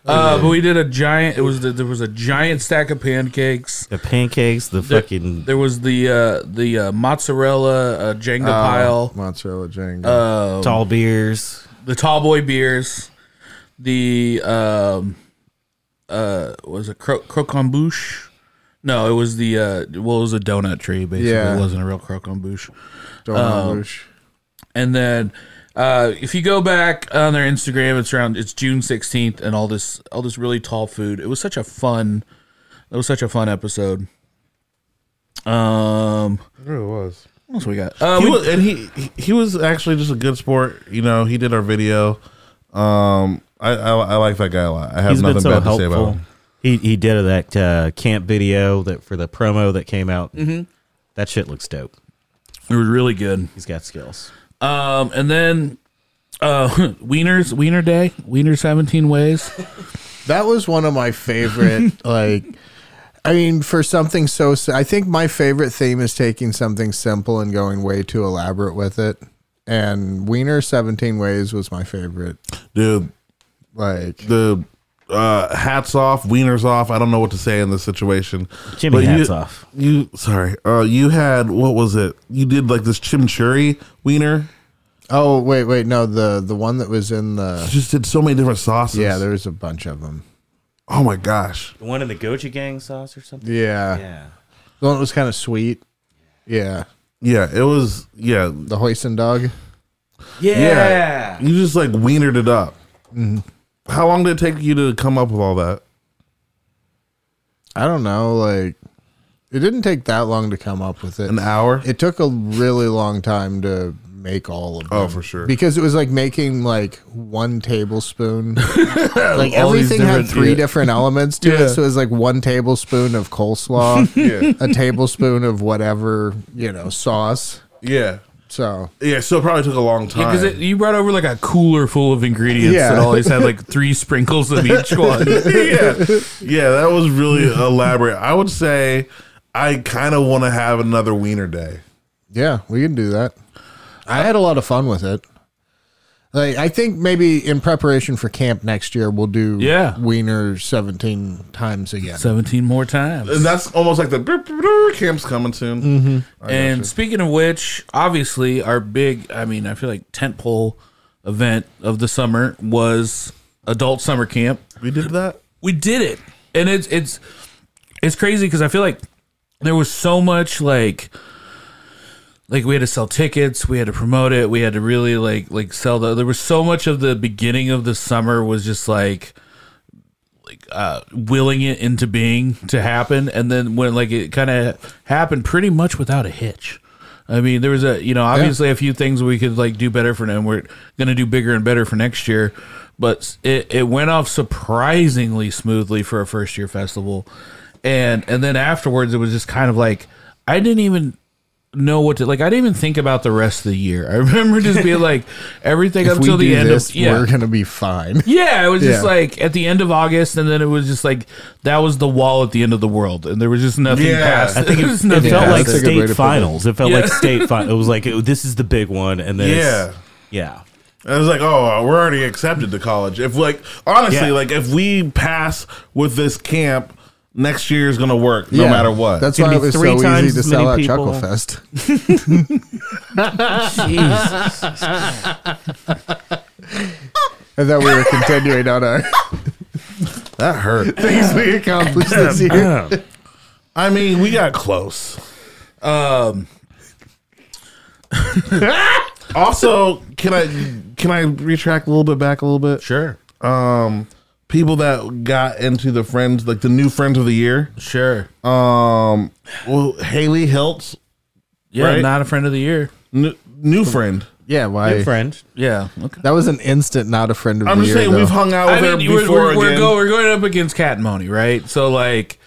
Speaker 2: Uh, but we did a giant. It was the, there was a giant stack of pancakes.
Speaker 5: The pancakes, the
Speaker 2: There-
Speaker 5: fucking
Speaker 2: There was the uh, the uh, mozzarella uh, Jenga pile,
Speaker 4: Mozzarella Jenga.
Speaker 5: tall beers.
Speaker 2: the tall boy beers, the um, uh, was it cro- croquembouche? No, it was the uh, well, it was a donut tree. Basically,
Speaker 4: Yeah.
Speaker 2: it wasn't a real croquembouche.
Speaker 4: Don't know, Lush.
Speaker 2: And then uh, if you go back on their Instagram, it's around it's June sixteenth, and all this all this really tall food. It was such a fun. It was such a fun episode. Um,
Speaker 3: It really was.
Speaker 2: what else we got? Uh,
Speaker 3: he
Speaker 2: we-
Speaker 3: was, and he he- he was actually just a good sport. You know, he did our video. Um, I I, I like that guy a lot. I have
Speaker 5: He's been
Speaker 3: nothing
Speaker 5: so
Speaker 3: bad
Speaker 5: helpful.
Speaker 3: to say about him.
Speaker 5: He he did that uh, camp video that for the promo that came out. Mm-hmm. That shit looks dope.
Speaker 2: it was really good.
Speaker 5: He's got skills.
Speaker 2: Um, and then uh, Wiener's Wiener Day, Wiener Seventeen Ways.
Speaker 4: That was one of my favorite. like, I mean, for something so, si- I think my favorite theme is taking something simple and going way too elaborate with it. And Wiener Seventeen Ways was my favorite.
Speaker 3: Dude,
Speaker 4: Like,
Speaker 3: the uh, hats off, wieners off. I don't know what to say in this situation.
Speaker 5: Jimmy
Speaker 3: But
Speaker 5: hats
Speaker 3: you,
Speaker 5: off.
Speaker 3: You sorry. Uh, you had what was it? You did like this chimichurri wiener.
Speaker 4: oh wait, wait, no, the the one that was in the
Speaker 3: Just did so many different sauces.
Speaker 4: yeah, there was a bunch of them.
Speaker 3: Oh my gosh.
Speaker 5: The one in the goji gang sauce or something.
Speaker 4: Yeah,
Speaker 5: Yeah.
Speaker 4: the one that was kind of sweet. Yeah,
Speaker 3: Yeah, it was. Yeah,
Speaker 4: the hoisin dog.
Speaker 5: Yeah.
Speaker 3: Yeah. you just like wienered it up. Mm-hmm. How long did it take you to come up with all that?
Speaker 4: I don't know, like it didn't take that long to come up with it.
Speaker 3: An hour?
Speaker 4: It took a really long time to make all of them.
Speaker 3: Oh, for sure.
Speaker 4: Because it was like making like one tablespoon. like
Speaker 2: All these
Speaker 4: everything had
Speaker 2: different-
Speaker 4: three
Speaker 2: yeah.
Speaker 4: different elements to
Speaker 2: Yeah.
Speaker 4: it. So it was like one tablespoon of coleslaw,
Speaker 3: Yeah.
Speaker 4: a tablespoon of whatever, you know, sauce.
Speaker 3: yeah.
Speaker 4: So
Speaker 3: Yeah, so it probably took a long time.
Speaker 2: Because you brought over like a cooler full of ingredients
Speaker 4: Yeah.
Speaker 2: that always had like three sprinkles of each one.
Speaker 3: yeah. yeah, that was really elaborate. I would say I kind of want to have another wiener day.
Speaker 4: yeah, we can do that. I had a lot of fun with it. Like I think maybe in preparation for camp next year we'll do
Speaker 2: Yeah.
Speaker 4: Wiener seventeen times again.
Speaker 2: Seventeen more times.
Speaker 3: And that's almost like the brr, brr, brr, camp's coming soon.
Speaker 4: Mm-hmm.
Speaker 2: And speaking of which, obviously our big, I mean, I feel like tentpole event of the summer was adult summer camp.
Speaker 3: We did that.
Speaker 2: We did it. And it's it's it's crazy cuz I feel like there was so much like like we had to sell tickets, we had to promote it, we had to really like like sell the there was so much of the beginning of the summer was just like willing it into being to happen and then when like it kind of happened pretty much without a hitch i mean there was a you know obviously a few things we could like do better for now and we're gonna do bigger and better for next year but it, it went off surprisingly smoothly for a first year festival and and then afterwards it was just kind of like i didn't even know what to like i didn't even think about the rest of the year i remember just being like everything
Speaker 4: if
Speaker 2: up
Speaker 4: we
Speaker 2: till the
Speaker 4: do
Speaker 2: end
Speaker 4: this,
Speaker 2: of yeah
Speaker 4: we're gonna be fine.
Speaker 2: yeah, it was just
Speaker 4: Yeah.
Speaker 2: like at the end of August, and then it was just like that was the wall at the end of the world, and there was just nothing
Speaker 3: Yeah.
Speaker 2: past.
Speaker 3: I
Speaker 2: think it, was nothing
Speaker 5: It felt
Speaker 4: Yeah,
Speaker 5: like
Speaker 4: that's a good way to
Speaker 5: state
Speaker 4: put it.
Speaker 5: finals. It felt
Speaker 2: Yeah.
Speaker 5: like state finals. It was like oh, this is the big one, and then
Speaker 3: Yeah.
Speaker 5: it's, yeah,
Speaker 3: I was like, oh, we're already accepted to college. If like honestly,
Speaker 5: Yeah.
Speaker 3: like if we pass with this camp, next year is gonna work no
Speaker 4: Yeah.
Speaker 3: matter what.
Speaker 4: That's
Speaker 5: It's
Speaker 4: why
Speaker 5: gonna
Speaker 4: it
Speaker 5: be
Speaker 4: was
Speaker 5: three
Speaker 4: so easy
Speaker 5: times
Speaker 4: to
Speaker 5: as
Speaker 4: sell out
Speaker 5: many
Speaker 4: Chuckle
Speaker 5: people.
Speaker 4: Fest. and then we were continuing on our
Speaker 3: that hurt.
Speaker 4: things we accomplished this year.
Speaker 3: I mean, we got close.
Speaker 2: Um,
Speaker 3: Also, can I can I retract a little bit back a little bit?
Speaker 2: sure,
Speaker 3: Um, people that got into the friends like the new friends of the year.
Speaker 2: sure.
Speaker 3: Um, well, Haley Hiltz,
Speaker 2: yeah,
Speaker 3: right?
Speaker 2: not a friend of the year.
Speaker 3: new, new friend.
Speaker 4: Yeah, why?
Speaker 5: good friend.
Speaker 2: Yeah, okay.
Speaker 4: That was an instant, not a friend of
Speaker 3: I'm
Speaker 4: the
Speaker 3: just
Speaker 4: year.
Speaker 3: saying
Speaker 4: though.
Speaker 3: we've hung out with
Speaker 2: I
Speaker 3: her
Speaker 2: mean, you were,
Speaker 3: before
Speaker 2: we're, we're,
Speaker 3: again.
Speaker 2: go, we're going up against Cat and Money, right? So like,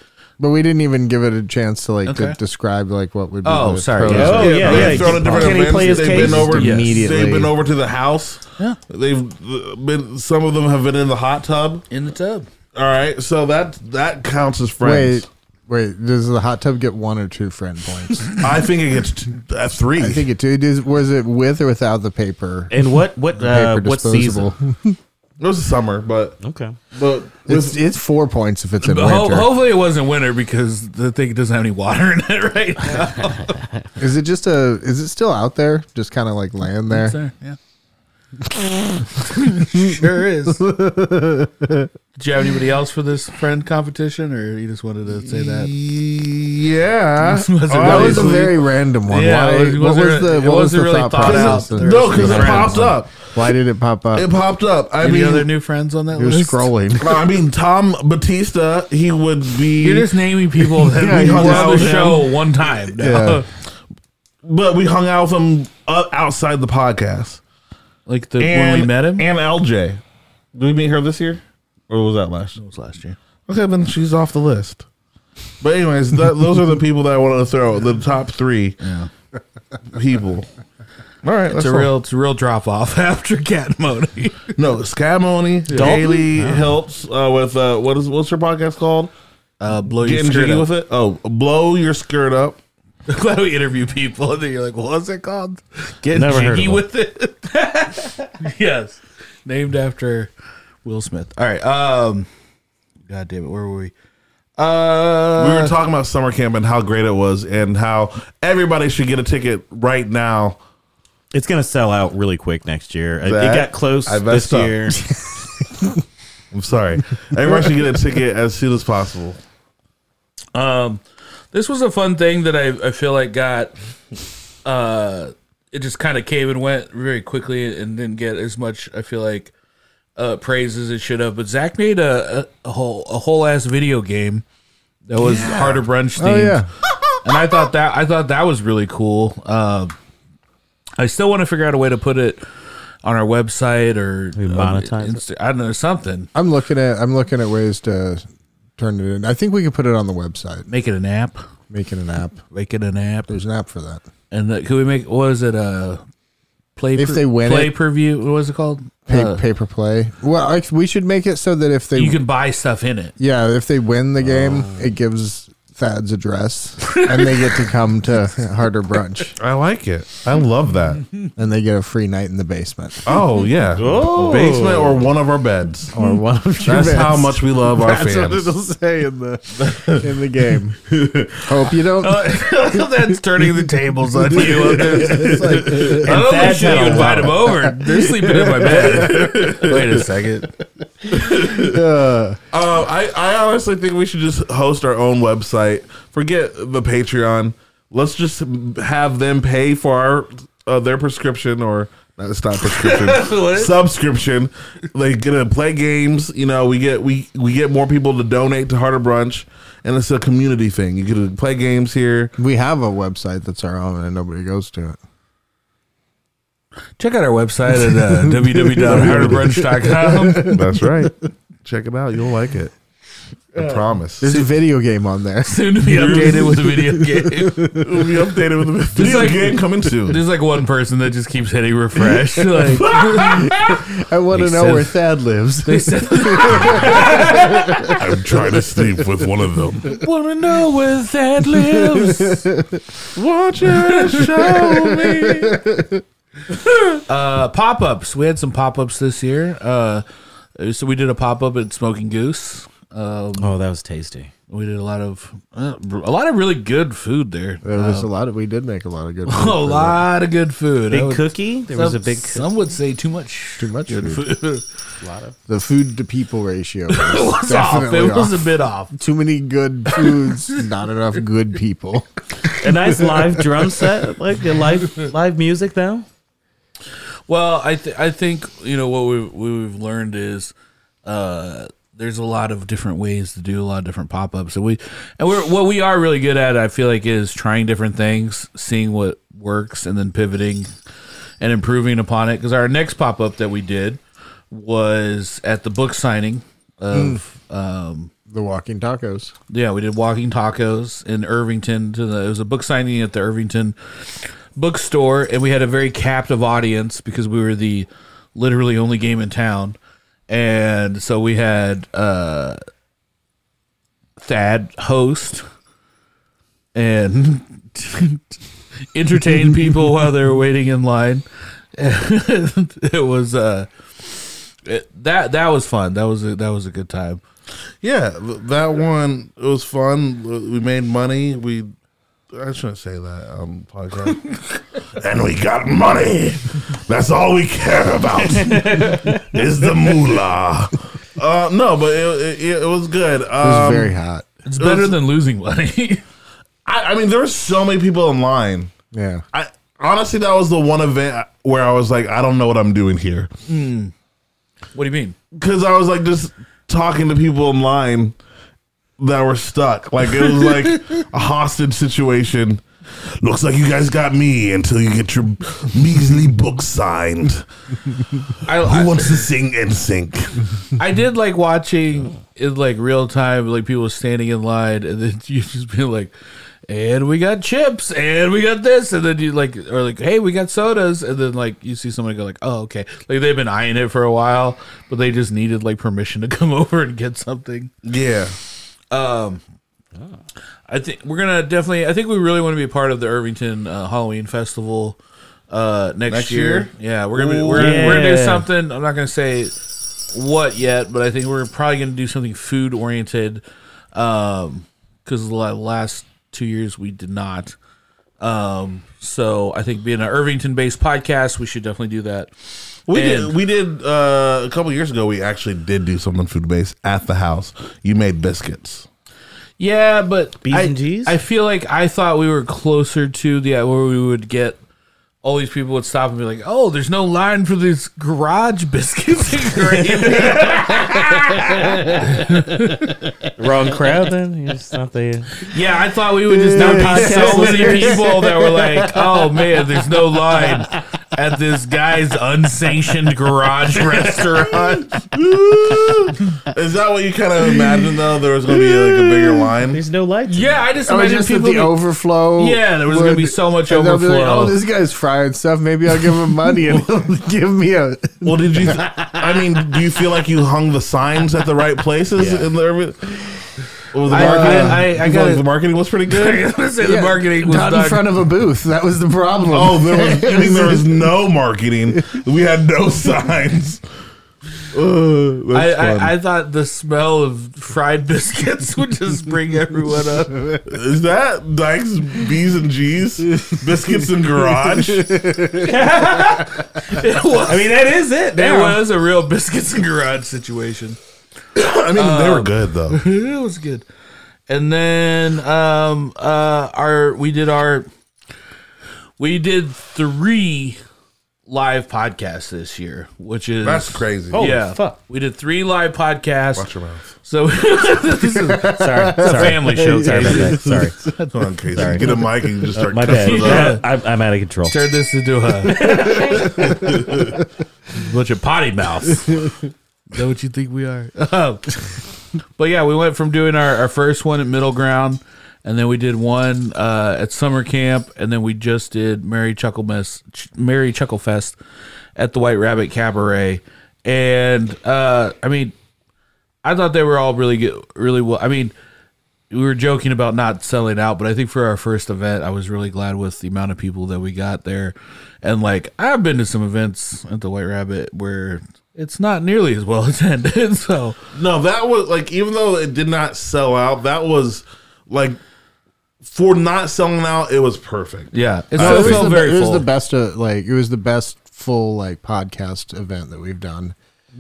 Speaker 4: but we didn't even give it a chance to like
Speaker 2: Okay.
Speaker 4: to describe like what would be.
Speaker 2: Oh,
Speaker 4: the
Speaker 2: sorry.
Speaker 4: pros.
Speaker 2: Yeah.
Speaker 5: Oh, yeah,
Speaker 3: they've
Speaker 5: yeah.
Speaker 3: thrown a different
Speaker 5: Can he
Speaker 3: events.
Speaker 5: play his
Speaker 3: they've
Speaker 5: case?
Speaker 3: been over
Speaker 2: Yes.
Speaker 4: Immediately.
Speaker 3: They've been over to the house.
Speaker 2: Yeah.
Speaker 3: They've uh, been. Some of them have been in the hot tub.
Speaker 2: in the tub.
Speaker 3: All right, so that that counts as friends.
Speaker 4: Wait, Wait, does the hot tub get one or two friend points?
Speaker 3: I think it gets t- uh, three.
Speaker 4: I think it did. Is, was it with or without the paper?
Speaker 5: And what what uh,
Speaker 4: paper
Speaker 5: what season?
Speaker 4: disposable.
Speaker 3: it was the summer, but
Speaker 5: Okay.
Speaker 3: but
Speaker 4: It's, it's four points if it's in
Speaker 2: Ho-
Speaker 4: winter.
Speaker 2: hopefully it wasn't winter because the thing doesn't have any water in it right now.
Speaker 4: Is it just a? Is it still out there? Just kind of like laying there.
Speaker 2: Sorry, yeah. sure is. Did you have anybody else for this friend competition, or you just wanted to say that?
Speaker 3: yeah,
Speaker 2: This wasn't
Speaker 3: Oh,
Speaker 4: That
Speaker 2: really
Speaker 4: was a
Speaker 2: clear.
Speaker 4: very random one.
Speaker 2: Yeah,
Speaker 4: Why,
Speaker 2: it was-
Speaker 4: what was
Speaker 2: wasn't
Speaker 4: the?
Speaker 2: really-
Speaker 4: What
Speaker 2: it
Speaker 4: was the
Speaker 2: wasn't really
Speaker 4: thought
Speaker 2: thought out
Speaker 4: process?
Speaker 2: there.
Speaker 4: there?
Speaker 3: no, because
Speaker 4: For
Speaker 3: it
Speaker 4: that
Speaker 3: popped
Speaker 4: one?
Speaker 3: up.
Speaker 4: Why did it pop up?
Speaker 3: It popped up. I
Speaker 2: Any
Speaker 3: mean,
Speaker 2: other new friends on that
Speaker 4: You're
Speaker 2: list?
Speaker 4: scrolling.
Speaker 3: No, I mean Tom Batista. He would be.
Speaker 2: You're just naming people that
Speaker 3: Yeah,
Speaker 2: we
Speaker 3: you
Speaker 2: hung
Speaker 3: just-
Speaker 2: out on the
Speaker 3: Yeah.
Speaker 2: show one time.
Speaker 4: Yeah.
Speaker 3: but we hung out with him uh, outside the podcast.
Speaker 2: like the when we met him.
Speaker 3: and LJ. Did we meet her this year, or was that last? year?
Speaker 2: was last year.
Speaker 3: Okay, then she's off the list. But anyways, that, those are the people that I wanted to throw the top three people. All right,
Speaker 2: It's a real, it's a real drop off after Cat Modi.
Speaker 3: no Scamoni Daily helps uh, with uh, what is what's her podcast called?
Speaker 2: Uh, blow your
Speaker 3: Getting
Speaker 2: skirt
Speaker 3: jiggy
Speaker 2: up.
Speaker 3: with it. Oh, blow your skirt up.
Speaker 2: Glad we interview people, and then you're like, "What was it called?" Get
Speaker 5: Never heard
Speaker 2: jiggy
Speaker 5: of
Speaker 2: with it. yes, named after Will Smith. All right. Um, God damn it, where were we? Uh,
Speaker 3: we were talking about summer camp and how great it was, and how everybody should get a ticket right now.
Speaker 5: It's gonna sell out really quick next year. It-
Speaker 3: That-
Speaker 5: it got close
Speaker 3: I messed
Speaker 5: this
Speaker 3: up.
Speaker 5: year.
Speaker 3: I'm sorry, everybody should get a ticket as soon as possible.
Speaker 2: Um, this was a fun thing that I, I feel like got. Uh, it just kind of came and went very quickly and didn't get as much. I feel like uh, praise as it should have. But Zach made a, a, a whole a whole ass video game that was harder brunch themed,
Speaker 4: Oh yeah.
Speaker 2: and I thought that I thought that was really cool. Um, I still want to figure out a way to put it on our website or uh,
Speaker 5: monetize it?
Speaker 2: Insta- I don't know something.
Speaker 4: I'm looking at. I'm looking at ways to turn it in. I think we could put it on the website.
Speaker 2: Make it an app.
Speaker 4: Make it an app.
Speaker 2: Make it an app.
Speaker 4: There's an app for that.
Speaker 2: And the, could we make what was it? Uh, play
Speaker 4: If they win
Speaker 2: play
Speaker 4: it-
Speaker 2: per view. What was it called?
Speaker 4: Pay,
Speaker 2: Uh,
Speaker 4: paper play. Well, I, we should make it so that if they,
Speaker 2: you can buy stuff in it.
Speaker 4: yeah, if they win the game,
Speaker 2: Uh.
Speaker 4: it gives Thad's address, and they get to come to harder brunch,
Speaker 3: I like it. I love that.
Speaker 4: and they get a free night in the basement.
Speaker 3: Oh yeah,
Speaker 5: Oh.
Speaker 3: basement or one of our beds.
Speaker 4: Or one of two
Speaker 3: That's
Speaker 4: beds.
Speaker 3: how much we love our
Speaker 4: That's what
Speaker 3: fans.
Speaker 4: it'll say in the in the game. Hope you don't.
Speaker 2: That's turning the tables on you. I
Speaker 4: it's like,
Speaker 2: don't know should you invite them over. They're sleeping in my bed. Wait a second.
Speaker 4: uh,
Speaker 3: Uh, I I honestly think we should just host our own website. Forget the Patreon. Let's just have them pay for our uh, their prescription or. no, It's not prescription,
Speaker 2: What?
Speaker 3: subscription. They get to play games. You know, we get we we get more people to donate to Harder Brunch, and it's a community thing. You get to play games here.
Speaker 4: we have a website that's our own, and nobody goes to it.
Speaker 2: Check out our website at uh, www.harderbrunch.com.
Speaker 3: That's right. Check it out. You'll like it. I promise.
Speaker 4: There's a video game on there.
Speaker 2: Soon to be updated with a video game.
Speaker 3: We'll be updated with the video
Speaker 2: like-
Speaker 3: game coming soon.
Speaker 2: There's like one person that just keeps hitting refresh. Like
Speaker 4: I want to
Speaker 2: Makes
Speaker 4: know
Speaker 2: sense.
Speaker 4: where Thad lives.
Speaker 2: they said,
Speaker 3: I'm trying to sleep with one of them.
Speaker 2: "Wanna know where that lives?"
Speaker 3: Watch it, show me.
Speaker 2: Uh, pop ups. We had some pop ups this year. Uh, so we did a pop up at Smoking Goose. Um,
Speaker 5: Oh, that was tasty.
Speaker 2: we did a lot of uh, a lot of really good food there.
Speaker 4: There was
Speaker 2: Uh,
Speaker 4: a lot of. We did make a lot of good.
Speaker 2: a lot of good food. I
Speaker 5: Big
Speaker 2: would-
Speaker 5: cookie. There was a big.
Speaker 2: Some would say too much.
Speaker 4: Too much
Speaker 2: good
Speaker 4: food.
Speaker 2: food. it
Speaker 4: The food to people ratio. Was
Speaker 2: was off.
Speaker 4: definitely
Speaker 2: It was
Speaker 4: off.
Speaker 2: a bit off.
Speaker 4: Too many good foods, not enough good people.
Speaker 5: a nice live drum set, like the live live music though.
Speaker 2: Well, I th- I think you know what we've what we've learned is uh, there's a lot of different ways to do a lot of different pop ups, and we and we're what we are really good at. I feel like is trying different things, seeing what works, and then pivoting and improving upon it. Because our next pop up that we did was at the book signing of. Um,
Speaker 4: The walking tacos.
Speaker 2: yeah, we did walking tacos in Irvington. To the, it was a book signing at the Irvington bookstore, and we had a very captive audience because we were the literally only game in town, and so we had uh, Thad host. and entertain people while they were waiting in line. And it was uh, it, that that was fun. That was a, that was a good time.
Speaker 3: Yeah, th- that one it was fun. We made money. We I shouldn't say that on podcast. and we got money. That's all we care about is the moolah. Uh, no, but it, it, it was good. Um,
Speaker 4: It was very hot.
Speaker 2: It's better
Speaker 3: was-
Speaker 2: than losing money.
Speaker 3: I, I mean, there were so many people in line.
Speaker 4: Yeah.
Speaker 3: I honestly, that was the one event where I was like, I don't know what I'm doing here
Speaker 2: what do you mean?
Speaker 3: because I was like just talking to people in line that were stuck. Like it was like a hostage situation. Looks like you guys got me until you get your measly book signed.
Speaker 2: I,
Speaker 3: Who
Speaker 2: I,
Speaker 3: wants to sing in sync?
Speaker 2: I did like watching in like real time, like people standing in line, and then you just be like, "And we got chips, and we got this," and then you like, or like, "Hey, we got sodas," and then like you see somebody go like, "Oh, okay," like they've been eyeing it for a while, but they just needed like permission to come over and get something.
Speaker 3: Yeah.
Speaker 2: I think we're gonna definitely. I think we really want to be a part of the Irvington uh, Halloween Festival uh, next,
Speaker 3: Next
Speaker 2: year.
Speaker 3: year?
Speaker 2: Yeah, we're gonna be,
Speaker 3: Ooh.
Speaker 2: we're, gonna- we're gonna do
Speaker 5: Yeah.
Speaker 2: something. I'm not gonna say what yet, but I think we're probably gonna do something food oriented. Um, because the la- last two years we did not. Um, so I think being an Irvington based podcast, we should definitely do that.
Speaker 3: We
Speaker 2: And-
Speaker 3: did. We did uh, a couple years ago. We actually did do something food based at the house. You made biscuits.
Speaker 2: Yeah, but
Speaker 5: B's
Speaker 2: I,
Speaker 5: and G's?
Speaker 2: I feel like I thought we were closer to the uh, where we would get all these people would stop and be like, "Oh, there's no line for these garage biscuits." and gravy."
Speaker 5: Wrong crowd then? You just thought they-
Speaker 2: yeah, I thought we would just not be so many people that were like, "Oh man, there's no line." At this guy's unsanctioned garage restaurant,
Speaker 3: Is that what you kind of imagined though? There was going to be like a bigger line.
Speaker 5: There's no lights.
Speaker 2: yeah, I
Speaker 5: Oh,
Speaker 2: just
Speaker 4: I was
Speaker 2: imagine
Speaker 4: Oh, just at
Speaker 2: people.
Speaker 4: the
Speaker 2: be-
Speaker 4: overflow.
Speaker 2: Yeah, there was gonna be so much
Speaker 4: and they'll be Like,
Speaker 2: overflow.
Speaker 4: oh, this guy's frying stuff. Maybe I'll give him money and he'll give me a.
Speaker 3: Well, did you? I mean, do you feel like you hung the signs at the right places? In the, or the
Speaker 2: I- I- I- I
Speaker 3: marketing? You feel
Speaker 2: gotta-
Speaker 3: like the marketing was pretty
Speaker 2: I
Speaker 3: good.
Speaker 2: was gonna say the
Speaker 4: Yeah,
Speaker 2: marketing was
Speaker 4: not
Speaker 2: done.
Speaker 4: in front of a booth. That was the problem.
Speaker 3: Oh, there was, I mean, there was no marketing. We had no signs. Uh,
Speaker 2: I,
Speaker 3: that's fun.
Speaker 2: I, I thought the smell of fried biscuits would just bring everyone up.
Speaker 3: Is that Dykes B's and G's biscuits and garage?
Speaker 2: It was,
Speaker 5: I mean, that is it.
Speaker 2: it
Speaker 5: now.
Speaker 2: was a real biscuits and garage situation.
Speaker 3: I mean, they
Speaker 2: Um,
Speaker 3: were good though.
Speaker 2: It was good. And then um uh our we did our we did three live podcasts this year, which is
Speaker 3: crazy.
Speaker 5: Oh,
Speaker 2: yeah.
Speaker 5: fuck.
Speaker 2: We did three live podcasts.
Speaker 3: Watch your mouth.
Speaker 2: So this is a
Speaker 5: Sorry. Sorry.
Speaker 2: family show.
Speaker 5: Sorry about that. Sorry.
Speaker 3: Come on, Casey. Get a mic and just start
Speaker 5: Uh, My
Speaker 3: cussing
Speaker 5: bad.
Speaker 3: us out.
Speaker 2: Yeah.
Speaker 5: I'm, I'm out of control.
Speaker 2: Turn this into a bunch of potty mouth. Is that what you think we are? Um, but yeah, we went from doing our, our first one at Middle Ground, and then we did one uh, at summer camp, and then we just did Merry Chuckle Mess, Ch- Merry Chuckle Fest at the White Rabbit Cabaret, and uh, I mean, I thought they were all really good, really well. I mean, we were joking about not selling out, but I think for our first event, I was really glad with the amount of people that we got there. And like, I've been to some events at the White Rabbit where it's not nearly as well attended. So
Speaker 3: No, that was like even though it did not sell out, that was like for not selling out, it was perfect.
Speaker 2: yeah, it
Speaker 4: So
Speaker 2: still
Speaker 4: Uh, it was,
Speaker 2: felt
Speaker 4: the,
Speaker 2: very
Speaker 4: it was
Speaker 2: full.
Speaker 4: the best. Uh, like it was the best full like podcast event that we've done.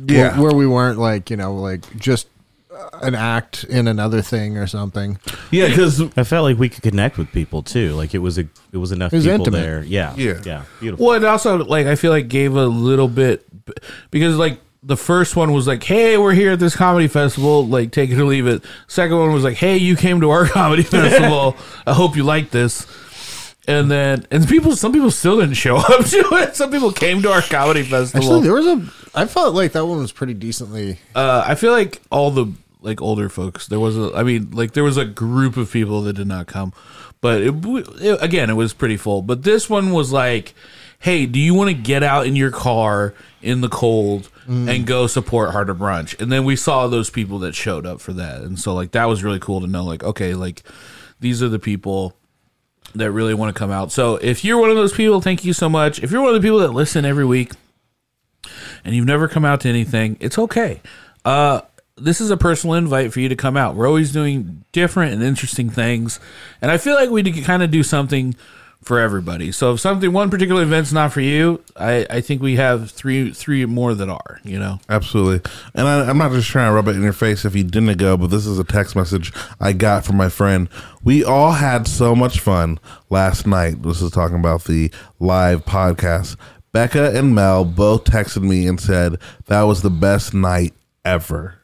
Speaker 3: Yeah.
Speaker 4: where, where we weren't like you know like just uh, an act in another thing or something.
Speaker 3: Yeah, because
Speaker 5: I felt like we could connect with people too. Like it was a, it was enough
Speaker 4: It was
Speaker 5: people
Speaker 4: intimate.
Speaker 5: there. Yeah,
Speaker 3: Yeah.
Speaker 5: yeah, beautiful.
Speaker 2: Well, it also like I feel like gave a little bit because like the first one was like, "Hey, we're here at this comedy festival. Like, take it or leave it." Second one was like, "Hey, you came to our comedy festival. I hope you like this." And then and people, some people still didn't show up to it. Some people came to our comedy festival.
Speaker 4: Actually, there was a. I felt like that one was pretty decently.
Speaker 2: uh, I feel like all the like older folks. There was a, I mean, like there was a group of people that did not come, but it, it, again, it was pretty full. But this one was like, hey, do you want to get out in your car in the cold and go support Harder Brunch? And then we saw those people that showed up for that, and so like that was really cool to know. Like, okay, like these are the people that really want to come out. So if you're one of those people, thank you so much. If you're one of the people that listen every week and you've never come out to anything, it's okay. Uh, this is a personal invite for you to come out. We're always doing different and interesting things, and I feel like we kind of do something for everybody. So if something one particular event's not for you, I, I think we have three three more that are. You know,
Speaker 3: Absolutely. And I, I'm not just trying to rub it in your face if you didn't go, but this is a text message I got from my friend. We all had so much fun last night. This is talking about the live podcast. Becca and Mel both texted me and said that was the best night ever.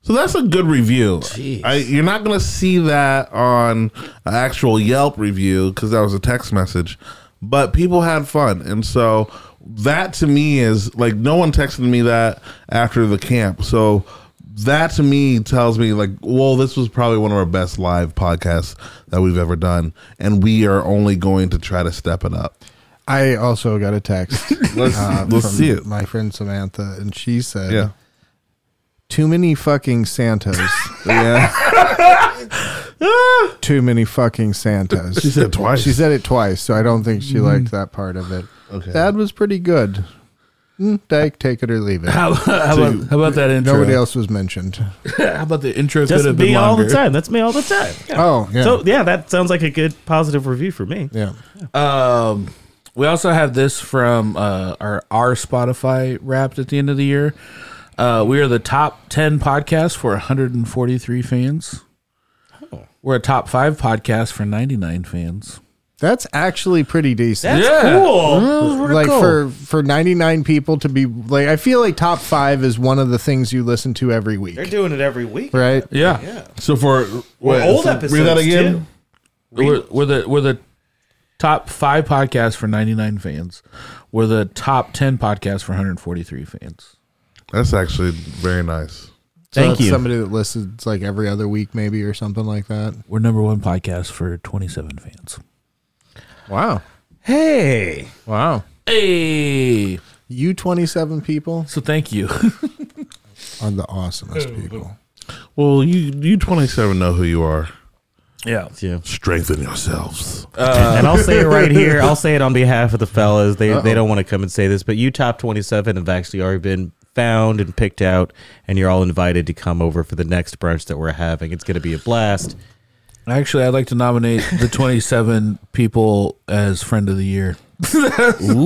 Speaker 3: So that's a good review. I, you're not going to see that on an actual Yelp review because that was a text message, but people had fun. And so that to me is like no one texted me that after the camp. So that to me tells me, like, well, this was probably one of our best live podcasts that we've ever done. And we are only going to try to step it up.
Speaker 4: I also got a text.
Speaker 3: Let's,
Speaker 4: uh,
Speaker 3: let's
Speaker 4: from
Speaker 3: see it.
Speaker 4: My friend Samantha, and she said,
Speaker 3: Yeah.
Speaker 4: Too many fucking Santas.
Speaker 3: Yeah.
Speaker 4: Too many fucking Santas.
Speaker 3: she said twice.
Speaker 4: She said it twice, so I don't think she
Speaker 5: Mm-hmm.
Speaker 4: liked that part of it.
Speaker 3: Okay.
Speaker 4: That was pretty good. Mm, Dyke, take it or leave it.
Speaker 2: how, how, about, how about that intro?
Speaker 4: Nobody else was mentioned.
Speaker 2: how about the intro could
Speaker 5: That's
Speaker 2: have been
Speaker 5: me all
Speaker 2: longer?
Speaker 5: the time. That's me all the time. Yeah.
Speaker 4: Oh, yeah.
Speaker 5: So yeah, that sounds like a good positive review for me.
Speaker 4: yeah.
Speaker 2: Um, we also have this from uh, our our Spotify Wrapped at the end of the year. Uh, we are the top ten podcast for 143 fans.
Speaker 3: Oh.
Speaker 2: We're a top five podcast for 99 fans.
Speaker 4: That's actually pretty decent.
Speaker 5: That's
Speaker 2: Yeah.
Speaker 5: cool.
Speaker 4: like for for 99 people to be like I feel like top 5 is one of the things you listen to every week,
Speaker 5: They're doing it every week.
Speaker 4: right?
Speaker 2: Yeah,
Speaker 3: so for
Speaker 5: Or
Speaker 3: wait,
Speaker 5: old
Speaker 3: so
Speaker 5: episodes
Speaker 3: Read that again.
Speaker 5: too.
Speaker 2: We're, we're the we're the top five podcast for 99 fans. We're the top 10 podcast for 143 fans.
Speaker 3: That's actually very nice.
Speaker 4: So
Speaker 5: Thank
Speaker 4: it's
Speaker 5: you.
Speaker 4: Somebody that listens like every other week maybe or something like that.
Speaker 2: We're number one podcast for 27 fans.
Speaker 4: Wow.
Speaker 5: Hey,
Speaker 4: Wow.
Speaker 2: Hey,
Speaker 4: You 27 people
Speaker 2: so thank you.
Speaker 4: are the
Speaker 3: Oh,
Speaker 4: awesomest people.
Speaker 3: Well, you you 27 know who you are.
Speaker 2: yeah.
Speaker 3: Strengthen yourselves.
Speaker 5: and I'll say it right here. I'll say it on behalf of the fellas. They they don't want to come and say this, but you top twenty seven have actually already been found and picked out, and you're all invited to come over for the next brunch that we're having. It's going to be a blast.
Speaker 2: Actually, I'd like to nominate the 27 people as friend of the year.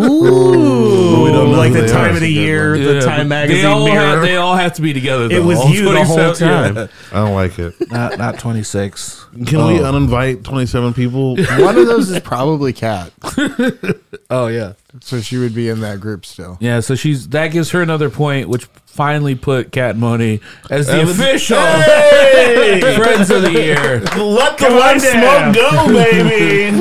Speaker 5: we don't
Speaker 3: know
Speaker 5: like
Speaker 3: who
Speaker 5: the
Speaker 3: they
Speaker 5: time
Speaker 3: are.
Speaker 5: of the year, the Time magazine
Speaker 2: They all, have,
Speaker 5: mirror.
Speaker 2: they all have to be together.
Speaker 5: it
Speaker 2: though.
Speaker 5: was
Speaker 2: All
Speaker 5: you the whole
Speaker 2: 27 yeah.
Speaker 5: time.
Speaker 3: I don't like it. Oh.
Speaker 2: Not, not 26.
Speaker 3: Can we uninvite 27 people?
Speaker 4: one of those is probably Kat.
Speaker 2: Oh, yeah.
Speaker 4: So she would be in that group still.
Speaker 2: Yeah, so she's that gives her another point, which finally put Cat Money as the official Friends of the Year.
Speaker 3: Let the
Speaker 5: on
Speaker 3: white
Speaker 5: down.
Speaker 3: go, baby.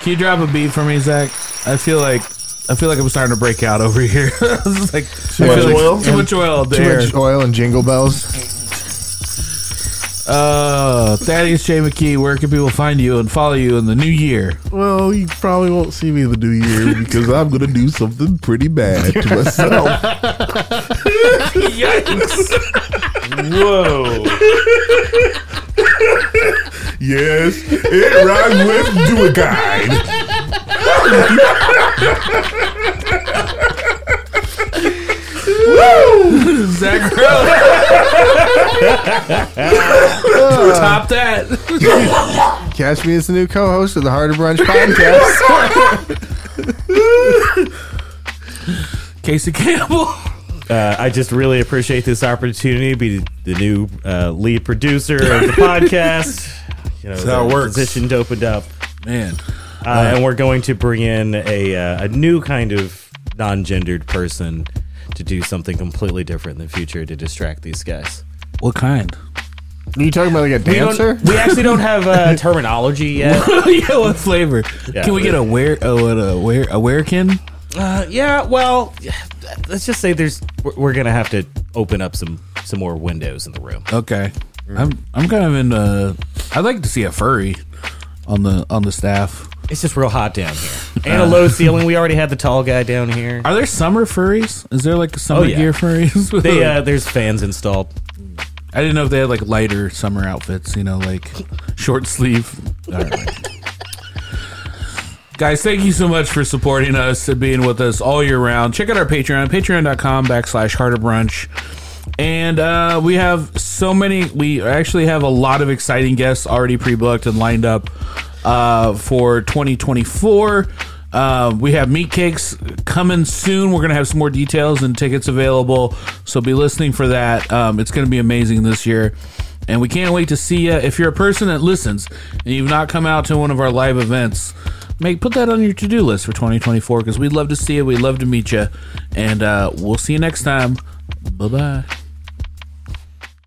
Speaker 2: Can you drop a beat for me, Zach? I feel like I feel like I'm starting to break out over here. It's like too
Speaker 3: much oil?
Speaker 2: Too much oil
Speaker 4: Too
Speaker 2: there.
Speaker 4: much oil and jingle bells.
Speaker 2: Uh, Thaddeus J. McKee, where can people find you and follow you in the new year?
Speaker 3: well, you probably won't see me the new year because I'm going to do something pretty bad to myself.
Speaker 5: Whoa.
Speaker 3: yes, it rhymes with do a guide.
Speaker 2: Zach Rowe. Top that.
Speaker 4: Catch me as the new co-host of the Harder Brunch podcast.
Speaker 2: Casey Campbell.
Speaker 5: Uh, I just really appreciate this opportunity to be the new uh, lead producer of the podcast. You know,
Speaker 3: how it
Speaker 5: the
Speaker 3: works.
Speaker 5: Positioned opened up,
Speaker 2: Man.
Speaker 5: uh, and we're going to bring in a uh, a new kind of non-gendered person to do something completely different in the future to distract these guys.
Speaker 2: What kind?
Speaker 4: Are you talking about like a
Speaker 5: We, don't-
Speaker 4: dancer?
Speaker 5: we actually don't have uh, terminology yet.
Speaker 2: yeah, what flavor?
Speaker 5: Yeah,
Speaker 2: can we get a where? Oh, what a where? A werekin?
Speaker 5: Uh, yeah, well, let's just say there's we're- we're gonna have to open up some some more windows in the room.
Speaker 2: Okay. I'm I'm kind of in. Uh, I'd like to see a furry on the on the staff.
Speaker 5: It's just real hot down here. And a low ceiling. We already had the tall guy down here.
Speaker 2: Are there summer furries? Is there like summer
Speaker 5: Oh, yeah.
Speaker 2: gear furries?
Speaker 5: They uh, there's fans installed.
Speaker 2: I didn't know if they had like lighter summer outfits. You know, like short sleeve. All right. Guys, thank you so much for supporting us and being with us all year round. Check out our Patreon, patreon.com backslash harder brunch. And uh, we have so many, we actually have a lot of exciting guests already pre booked and lined up uh, for 2024. Uh, we have meat cakes coming soon. We're going to have some more details and tickets available. So be listening for that. Um, it's going to be amazing this year and we can't wait to see you. If you're a person that listens and you've not come out to one of our live events, make put that on your to-do list for 2024 because we'd love to see you. We'd love to meet you, and uh, we'll see you next time. Bye bye.